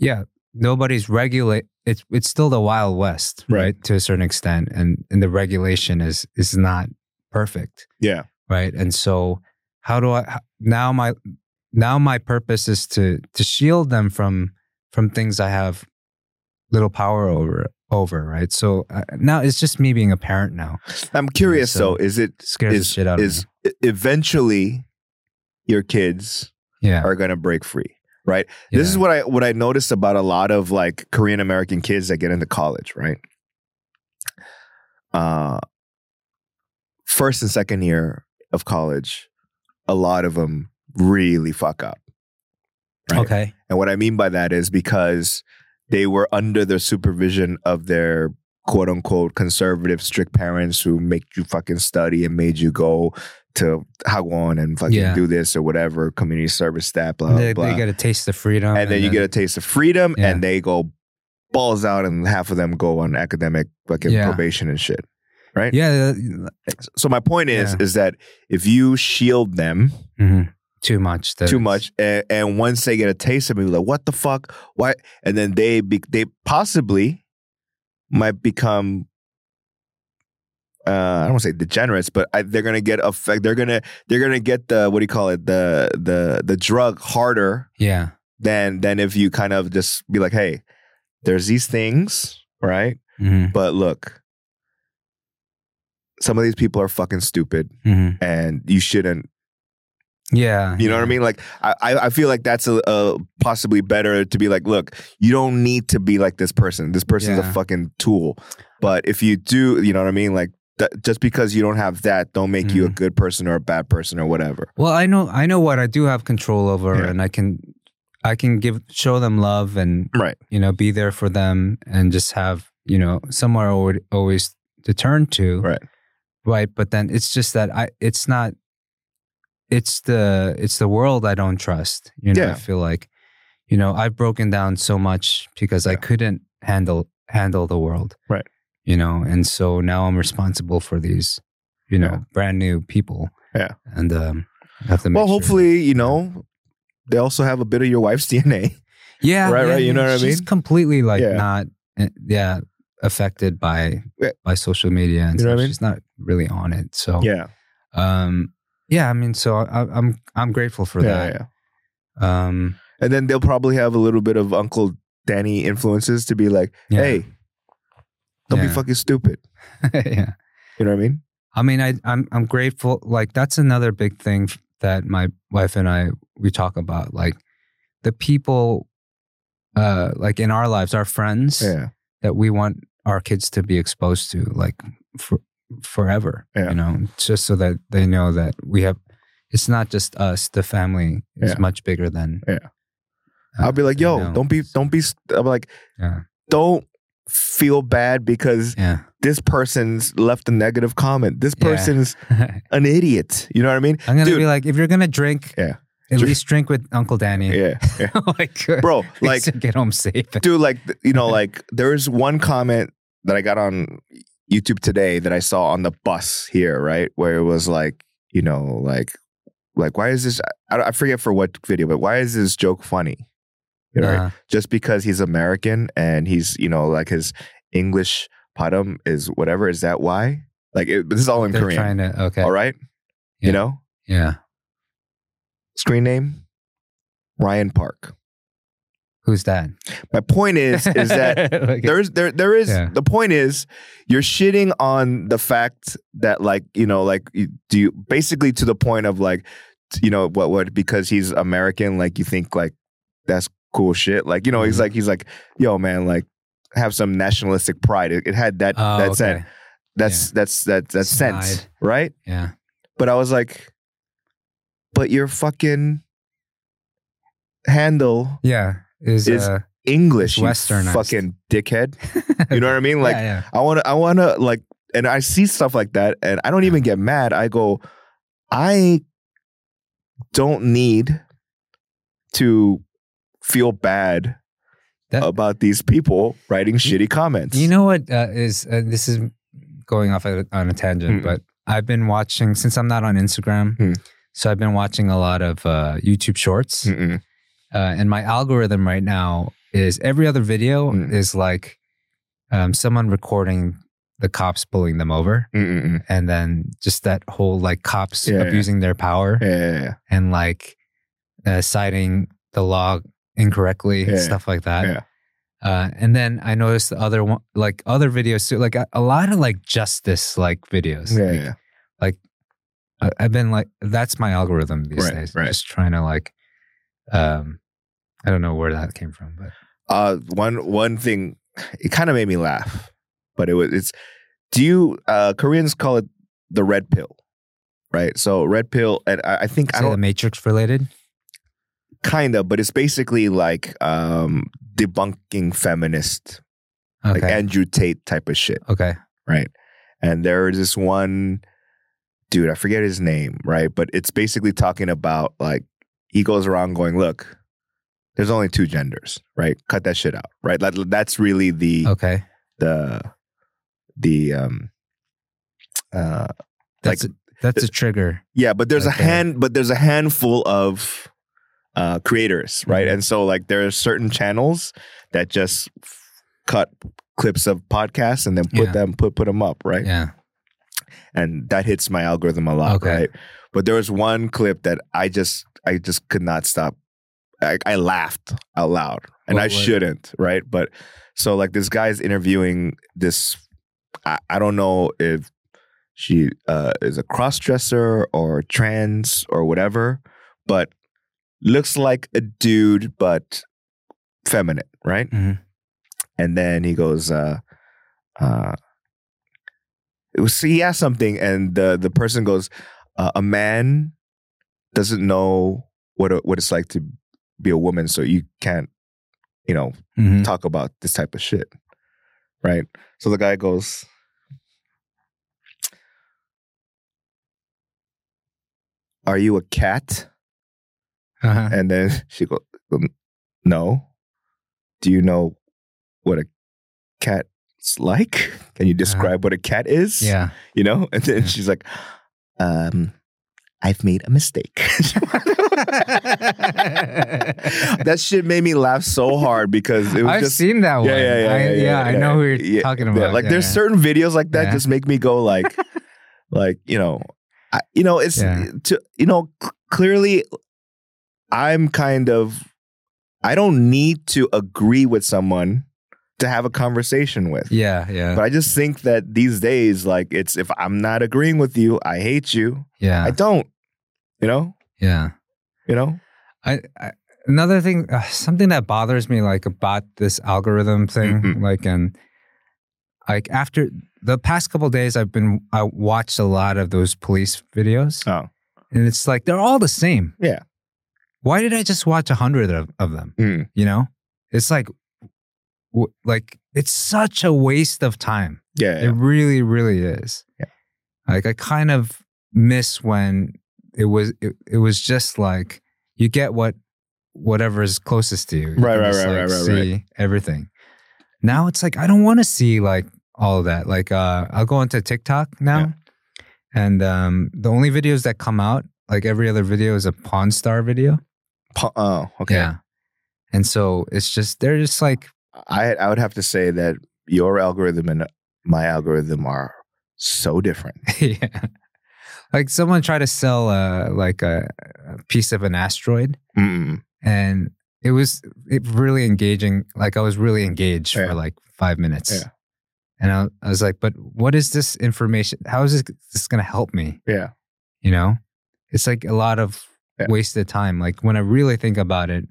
Speaker 2: yeah nobody's regulate it's it's still the wild west
Speaker 1: Right.
Speaker 2: to a certain extent and and the regulation is is not perfect
Speaker 1: yeah,
Speaker 2: right and so how do i now my now my purpose is to to shield them from from things i have little power over over right so uh, now it's just me being a parent now
Speaker 1: I'm curious
Speaker 2: so
Speaker 1: though. Is it
Speaker 2: scares
Speaker 1: is
Speaker 2: the shit out
Speaker 1: is
Speaker 2: of
Speaker 1: e- eventually your kids
Speaker 2: me yeah
Speaker 1: are going to break free, right?
Speaker 2: yeah.
Speaker 1: uh, This is what I what I noticed about a lot of like Korean American kids that get into college, right? Uh first and second year of college, a lot of them really fuck up. Right?
Speaker 2: okay
Speaker 1: And what I mean by that is because they were under the supervision of their quote unquote conservative strict parents who make you fucking study and made you go to Hagwon and fucking
Speaker 2: Yeah.
Speaker 1: do this or whatever community service that blah
Speaker 2: they,
Speaker 1: blah.
Speaker 2: they get a taste of freedom,
Speaker 1: and then you get a taste of freedom,
Speaker 2: Yeah.
Speaker 1: and they go balls out, and half of them go on academic fucking
Speaker 2: Yeah.
Speaker 1: probation and shit. right?
Speaker 2: yeah, uh,
Speaker 1: So my point is,
Speaker 2: Yeah.
Speaker 1: is that if you shield them
Speaker 2: mhm, too much. that
Speaker 1: too
Speaker 2: it's-
Speaker 1: much, and, and once they get a taste of it, like what the fuck, why? And then they be, they possibly might become. Uh, I don't want to say degenerates, but I, they're gonna get affect. They're gonna they're gonna get the what do you call it the the the drug harder
Speaker 2: Yeah,
Speaker 1: than than if you kind of just be like, hey, there's these things, right?
Speaker 2: hmm
Speaker 1: But look, some of these people are fucking stupid,
Speaker 2: hmm
Speaker 1: and you shouldn't
Speaker 2: yeah.
Speaker 1: you know what I mean? Like I, I I feel like that's a, a possibly better to be like, look, you don't need to be like this person. This person's
Speaker 2: Yeah.
Speaker 1: a fucking tool. But if you do, you know what I mean? Like th- just because you don't have that, don't make
Speaker 2: Mm-hmm.
Speaker 1: you a good person or a bad person or whatever.
Speaker 2: Well, I know I know what I do have control over,
Speaker 1: Yeah.
Speaker 2: and I can I can give show them love and
Speaker 1: Right.
Speaker 2: you know be there for them and just have you know somewhere alwa- always to turn to.
Speaker 1: Right.
Speaker 2: Right, but then it's just that I it's not it's the it's the world I don't trust. You know,
Speaker 1: Yeah.
Speaker 2: I feel like you know I've broken down so much because I
Speaker 1: Yeah.
Speaker 2: couldn't handle handle the world.
Speaker 1: Right.
Speaker 2: You know, and so now I'm responsible for these you know
Speaker 1: Yeah.
Speaker 2: brand new people.
Speaker 1: Yeah.
Speaker 2: and um, have to. Make
Speaker 1: Well,
Speaker 2: sure-
Speaker 1: hopefully, you know, they also have a bit of your wife's DNA.
Speaker 2: yeah,
Speaker 1: right,
Speaker 2: yeah,
Speaker 1: right, you
Speaker 2: yeah.
Speaker 1: know what I
Speaker 2: She's
Speaker 1: mean?
Speaker 2: completely like
Speaker 1: Yeah.
Speaker 2: not, eh, yeah, affected by
Speaker 1: Yeah.
Speaker 2: by social media and
Speaker 1: You know what I mean?
Speaker 2: stuff. she's not really on it. So
Speaker 1: Yeah.
Speaker 2: um, yeah, I mean, so I, I'm I'm grateful for
Speaker 1: yeah,
Speaker 2: that.
Speaker 1: yeah.
Speaker 2: Um,
Speaker 1: And then they'll probably have a little bit of Uncle Danny influences to be like,
Speaker 2: yeah.
Speaker 1: hey, don't be
Speaker 2: Yeah.
Speaker 1: fucking stupid.
Speaker 2: yeah.
Speaker 1: You know what I mean?
Speaker 2: I mean, I, I'm I'm grateful. Like that's another big thing that my wife and I we talk about. Like the people, uh, like in our lives, our friends.
Speaker 1: Yeah.
Speaker 2: that we want our kids to be exposed to like for, forever
Speaker 1: Yeah.
Speaker 2: you know just so that they know that we have it's not just us the family is
Speaker 1: Yeah.
Speaker 2: much bigger than
Speaker 1: Yeah.
Speaker 2: uh,
Speaker 1: I'll be like,
Speaker 2: you
Speaker 1: yo,
Speaker 2: know.
Speaker 1: don't be, don't be. st- I'm like,
Speaker 2: yeah
Speaker 1: don't feel bad because
Speaker 2: yeah
Speaker 1: this person's left a negative comment. This
Speaker 2: Yeah.
Speaker 1: person's
Speaker 2: i'm
Speaker 1: an idiot. You know what I mean?
Speaker 2: gonna
Speaker 1: Dude.
Speaker 2: be like if you're gonna drink
Speaker 1: Yeah.
Speaker 2: at
Speaker 1: Drink-
Speaker 2: least drink with uncle danny Oh
Speaker 1: Yeah, yeah.
Speaker 2: like
Speaker 1: bro. Like,
Speaker 2: to get home safe
Speaker 1: dude. Like, th- you know, like there's one comment that I got on YouTube today that I saw on the bus here, right? Where it was like, you know, like, like why is this? I, I forget for what video, but why is this joke funny? You know, right?
Speaker 2: Uh,
Speaker 1: just because he's American and he's, you know, like his English padam is whatever. Is that why? Like, it, this is all in
Speaker 2: they're
Speaker 1: Korean.
Speaker 2: trying to okay
Speaker 1: All right.
Speaker 2: Yeah.
Speaker 1: You know,
Speaker 2: yeah
Speaker 1: screen name Ryan Park.
Speaker 2: who's that
Speaker 1: My point is, is that
Speaker 2: Like,
Speaker 1: there's there there is
Speaker 2: Yeah.
Speaker 1: the point is you're shitting on the fact that like you know like you- do you basically to the point of like t- you know what what because he's American like you think like that's cool shit like you know he's
Speaker 2: Mhm.
Speaker 1: like he's like yo man like have some nationalistic pride it, it had that
Speaker 2: oh,
Speaker 1: that
Speaker 2: okay.
Speaker 1: sense that's that's that that sense
Speaker 2: Snide.
Speaker 1: right
Speaker 2: yeah
Speaker 1: but I was like, but your fucking handle
Speaker 2: yeah is
Speaker 1: It's-
Speaker 2: uh
Speaker 1: English, you
Speaker 2: Westernized.
Speaker 1: fucking dickhead. You know what I mean? Like
Speaker 2: yeah, yeah.
Speaker 1: I want to, I want to like, and I see stuff like that, and I don't even
Speaker 2: Mm-hmm.
Speaker 1: get mad. I go, I don't need to feel bad
Speaker 2: That-
Speaker 1: about these people writing shitty comments.
Speaker 2: You know what uh, is uh, this is going off at- on a tangent,
Speaker 1: Mm.
Speaker 2: but I've been watching since I'm not on Instagram,
Speaker 1: Mm.
Speaker 2: so I've been watching a lot of uh, YouTube Shorts, uh,
Speaker 1: Mm-mm.
Speaker 2: and my algorithm right now is every other video
Speaker 1: Mm.
Speaker 2: is like um, someone recording the cops pulling them over,
Speaker 1: Mm-mm.
Speaker 2: and then just that whole like cops
Speaker 1: Yeah, yeah.
Speaker 2: abusing their power
Speaker 1: Yeah, yeah, yeah.
Speaker 2: and like uh, citing the law incorrectly and
Speaker 1: Yeah.
Speaker 2: stuff like that.
Speaker 1: Yeah.
Speaker 2: Uh, and then I noticed the other one, like other videos too, like a, a lot of like justice like videos.
Speaker 1: yeah,
Speaker 2: Like,
Speaker 1: yeah.
Speaker 2: I, I've been like, that's my algorithm these
Speaker 1: Right,
Speaker 2: days.
Speaker 1: right.
Speaker 2: Just trying to like, um, I don't know where that came from, but
Speaker 1: uh one one thing it kind of made me laugh but it was it's do you uh koreans call it the red pill right so red pill and i, I think i
Speaker 2: is it the
Speaker 1: don't
Speaker 2: Matrix related?
Speaker 1: kind of but it's basically like um debunking feminist
Speaker 2: Okay.
Speaker 1: like andrew tate type of shit
Speaker 2: okay.
Speaker 1: right and there is this one dude, I forget his name, right? But it's basically talking about like he goes around going, look, there's only two genders, right? Cut that shit out, right? That, that's really the
Speaker 2: Okay.
Speaker 1: the the um uh
Speaker 2: That's
Speaker 1: Like-
Speaker 2: a, that's a trigger.
Speaker 1: yeah, but there's
Speaker 2: Okay.
Speaker 1: a hand, but there's a handful of uh, creators, right?
Speaker 2: Mhm.
Speaker 1: And so like there are certain channels that just f- cut clips of podcasts and then put
Speaker 2: Yeah.
Speaker 1: them put put them up, right?
Speaker 2: Yeah.
Speaker 1: And that hits my algorithm a lot,
Speaker 2: Okay.
Speaker 1: right? But there was one clip that I just I just could not stop. I, I laughed out loud, and
Speaker 2: What
Speaker 1: I
Speaker 2: was it?
Speaker 1: shouldn't, right? But so like this guy's interviewing this. I, I don't know if she uh, is a cross dresser or trans or whatever, but looks like a dude, but feminine, right?
Speaker 2: Mhm.
Speaker 1: And then he goes, uh, uh, it was, he asked something, and the, the person goes, uh, A man doesn't know what, a, what it's like to be a woman, so you can't, you know,
Speaker 2: Mhm.
Speaker 1: talk about this type of shit. Right? So the guy goes, Are you a cat?
Speaker 2: Uh-huh.
Speaker 1: And then she goes, No. Do you know what a cat's like? Can you describe what a cat is?
Speaker 2: Uh-huh. Yeah.
Speaker 1: You know? And then
Speaker 2: Yeah.
Speaker 1: she's like, Um, I've made a mistake. that shit made me laugh so hard because it was
Speaker 2: I've
Speaker 1: just
Speaker 2: seen that one.
Speaker 1: yeah, yeah, yeah,
Speaker 2: I,
Speaker 1: yeah, yeah,
Speaker 2: I
Speaker 1: yeah,
Speaker 2: know who you're
Speaker 1: yeah,
Speaker 2: talking
Speaker 1: Yeah,
Speaker 2: about.
Speaker 1: like
Speaker 2: Yeah,
Speaker 1: there's
Speaker 2: yeah.
Speaker 1: certain videos like that
Speaker 2: Yeah.
Speaker 1: just make me go like, like you know, I, you know it's
Speaker 2: Yeah.
Speaker 1: to you know c- clearly, I'm kind of, I don't need to agree with someone to have a conversation with.
Speaker 2: Yeah, yeah,
Speaker 1: But I just think that these days, like it's if I'm not agreeing with you, I hate you.
Speaker 2: yeah,
Speaker 1: I don't, you know,
Speaker 2: yeah.
Speaker 1: you know.
Speaker 2: I, I another thing, uh, something that bothers me like about this algorithm thing,
Speaker 1: Mhm.
Speaker 2: like and like after the past couple days, I've been I watched a lot of those police videos,
Speaker 1: Oh.
Speaker 2: and it's like they're all the same.
Speaker 1: Yeah.
Speaker 2: Why did I just watch a hundred of, of them?
Speaker 1: Mm.
Speaker 2: You know, it's like, w- like it's such a waste of time.
Speaker 1: Yeah, yeah.
Speaker 2: It really, really is.
Speaker 1: Yeah.
Speaker 2: Like I kind of miss when it was it, it was just like you get what whatever is closest to you. You
Speaker 1: Right,
Speaker 2: can
Speaker 1: right, right,
Speaker 2: just, like,
Speaker 1: right, right, right.
Speaker 2: See everything. Now it's like I don't want to see like all of that. Like uh I'll go into TikTok now.
Speaker 1: Yeah.
Speaker 2: And um the only videos that come out, like every other video is a Pawn Star video.
Speaker 1: Po- oh, okay.
Speaker 2: Yeah. And so it's just they're just like
Speaker 1: I I would have to say that your algorithm and my algorithm are so different.
Speaker 2: yeah. Like someone tried to sell uh like a, a piece of an asteroid
Speaker 1: Mm.
Speaker 2: and it was it really engaging. Like I was really engaged
Speaker 1: Yeah.
Speaker 2: for like five minutes.
Speaker 1: Yeah.
Speaker 2: And I, I was like, but what is this information? How is this, this going to help me?
Speaker 1: Yeah.
Speaker 2: You know, it's like a lot of
Speaker 1: Yeah.
Speaker 2: wasted time. Like when I really think about it,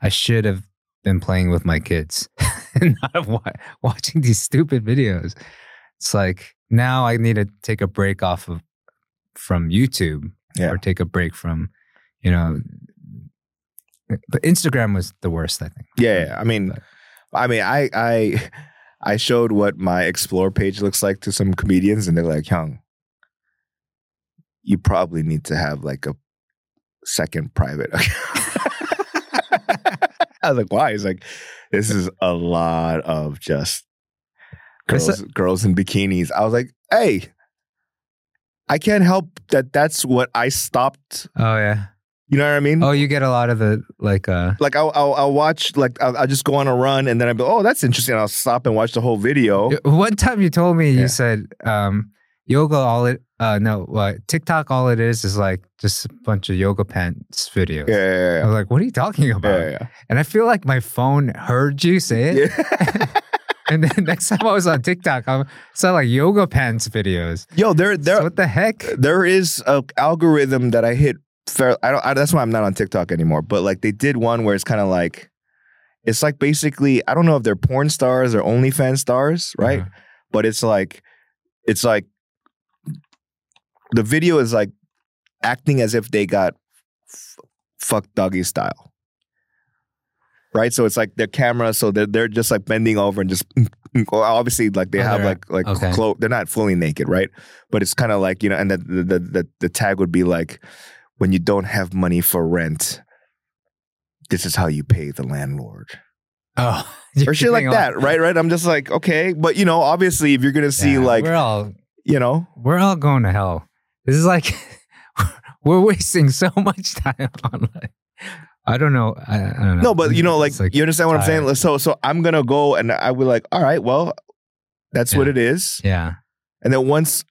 Speaker 2: I should have been playing with my kids and not wa- watching these stupid videos. It's like now I need to take a break off of from YouTube
Speaker 1: Yeah.
Speaker 2: or take a break from, you know, but Instagram was the worst, I think.
Speaker 1: Yeah, yeah. I mean, I mean, I I I showed what my explore page looks like to some comedians, and they're like, "Young, you probably need to have like a second private." account." I was like, "Why?" He's like, "This is a lot of just
Speaker 2: It's
Speaker 1: girls, girls in bikinis." I was like, "Hey." I can't help that that's what I stopped.
Speaker 2: Oh yeah.
Speaker 1: You know what I mean?
Speaker 2: Oh, you get a lot of the like uh
Speaker 1: like I'll, I'll, I'll watch like I'll, I'll just go on a run and then I'll be oh that's interesting I'll stop and watch the whole video
Speaker 2: One time you told me
Speaker 1: Oh. Yeah.
Speaker 2: you said um, yoga all it uh, no uh, TikTok all it is is like just a bunch of yoga pants videos.
Speaker 1: yeah yeah
Speaker 2: I was like, what are you talking
Speaker 1: yeah,
Speaker 2: about?
Speaker 1: yeah, yeah,
Speaker 2: And I feel like my phone heard you say it.
Speaker 1: yeah.
Speaker 2: And then next time I was on TikTok, I saw like yoga pants videos.
Speaker 1: yo there
Speaker 2: So
Speaker 1: there
Speaker 2: what the heck?
Speaker 1: there is a algorithm that I hit fair I don't I, that's why I'm not on TikTok anymore but like they did one where it's kind of like it's like basically I don't know if they're porn stars or OnlyFans stars right
Speaker 2: Uh-huh.
Speaker 1: but it's like it's like the video is like acting as if they got f- fucked doggy style right so it's like their camera so they're, they're just like bending over and just well, obviously like they
Speaker 2: Oh,
Speaker 1: have
Speaker 2: they're-
Speaker 1: like like
Speaker 2: okay.
Speaker 1: clo- they're not fully naked, right? But it's kind of like you know, and the the, the the the tag would be like when you don't have money for rent. This is how you pay the landlord,
Speaker 2: Oh,
Speaker 1: or shit like that, right? Right. I'm just like, okay, but you know, obviously, if you're gonna see, like,
Speaker 2: we're all
Speaker 1: you know,
Speaker 2: we're all going to hell. This is like we're wasting so much time on. Like, I don't know. I, I don't know.
Speaker 1: No, but you know, like,
Speaker 2: It's
Speaker 1: you understand what I'm
Speaker 2: tired.
Speaker 1: saying. So, so I'm gonna go and I will like, all right, well, that's what
Speaker 2: Yeah.
Speaker 1: it is.
Speaker 2: yeah,
Speaker 1: And then once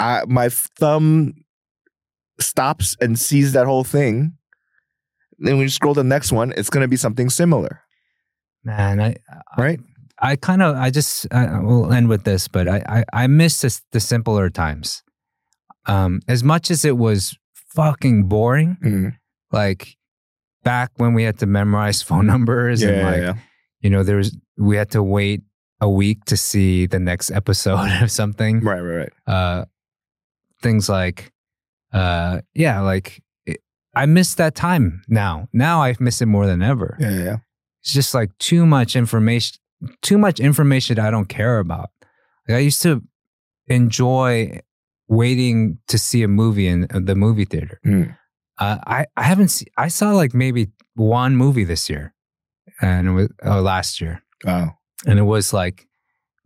Speaker 1: I my thumb stops and sees that whole thing, then when you scroll to the next one, it's gonna be something similar,
Speaker 2: man. I
Speaker 1: right?
Speaker 2: I kind of I just I, we'll end with this, but I I, I miss this, the simpler times. Um, as much as it was fucking boring,
Speaker 1: Mm.
Speaker 2: like back when we had to memorize phone numbers
Speaker 1: Yeah,
Speaker 2: and
Speaker 1: yeah,
Speaker 2: like
Speaker 1: yeah.
Speaker 2: you know there was we had to wait a week to see the next episode of something.
Speaker 1: right, right, right.
Speaker 2: uh, things like, uh, yeah, like it, I miss that time now. Now I miss it more than ever.
Speaker 1: Yeah, yeah, yeah.
Speaker 2: It's just like too much information, too much information I don't care about. Like I used to enjoy waiting to see a movie in uh, the movie theater.
Speaker 1: Mm.
Speaker 2: Uh, I I haven't seen. I saw like maybe one movie this year, and it was or last year
Speaker 1: Wow.
Speaker 2: and it was like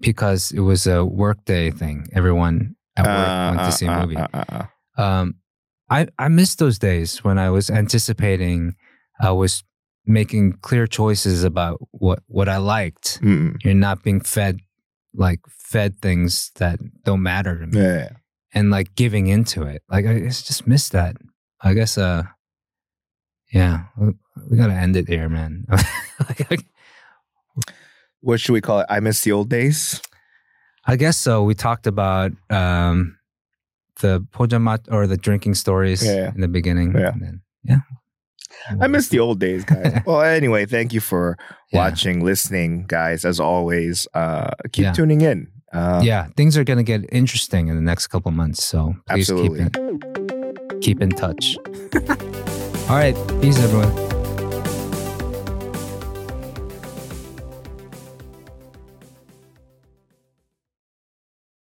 Speaker 2: because it was a workday thing. Everyone at work
Speaker 1: Uh,
Speaker 2: went
Speaker 1: uh,
Speaker 2: to see a
Speaker 1: uh,
Speaker 2: movie.
Speaker 1: uh, uh, uh.
Speaker 2: Um, I I miss those days when I was anticipating. I was making clear choices about what what I liked.
Speaker 1: Mm.
Speaker 2: You're not being fed like fed things that don't matter to me,
Speaker 1: Yeah, yeah, yeah.
Speaker 2: and like giving into it. Like I just just miss that. I guess. Uh, yeah, we, we gotta end it here, man. Like,
Speaker 1: What should we call it? I miss the old days.
Speaker 2: I guess so. We talked about um, the pojamat or the drinking stories
Speaker 1: Yeah, yeah.
Speaker 2: in the beginning.
Speaker 1: Yeah.
Speaker 2: And then- yeah.
Speaker 1: I miss the old days, guys. well, anyway, thank you for
Speaker 2: Yeah.
Speaker 1: watching, listening, guys. As always, uh, keep
Speaker 2: Yeah.
Speaker 1: tuning in. Uh,
Speaker 2: yeah, things are going to get interesting in the next couple months. So please keep
Speaker 1: Absolutely.
Speaker 2: in, keep in touch. All right. Peace, everyone.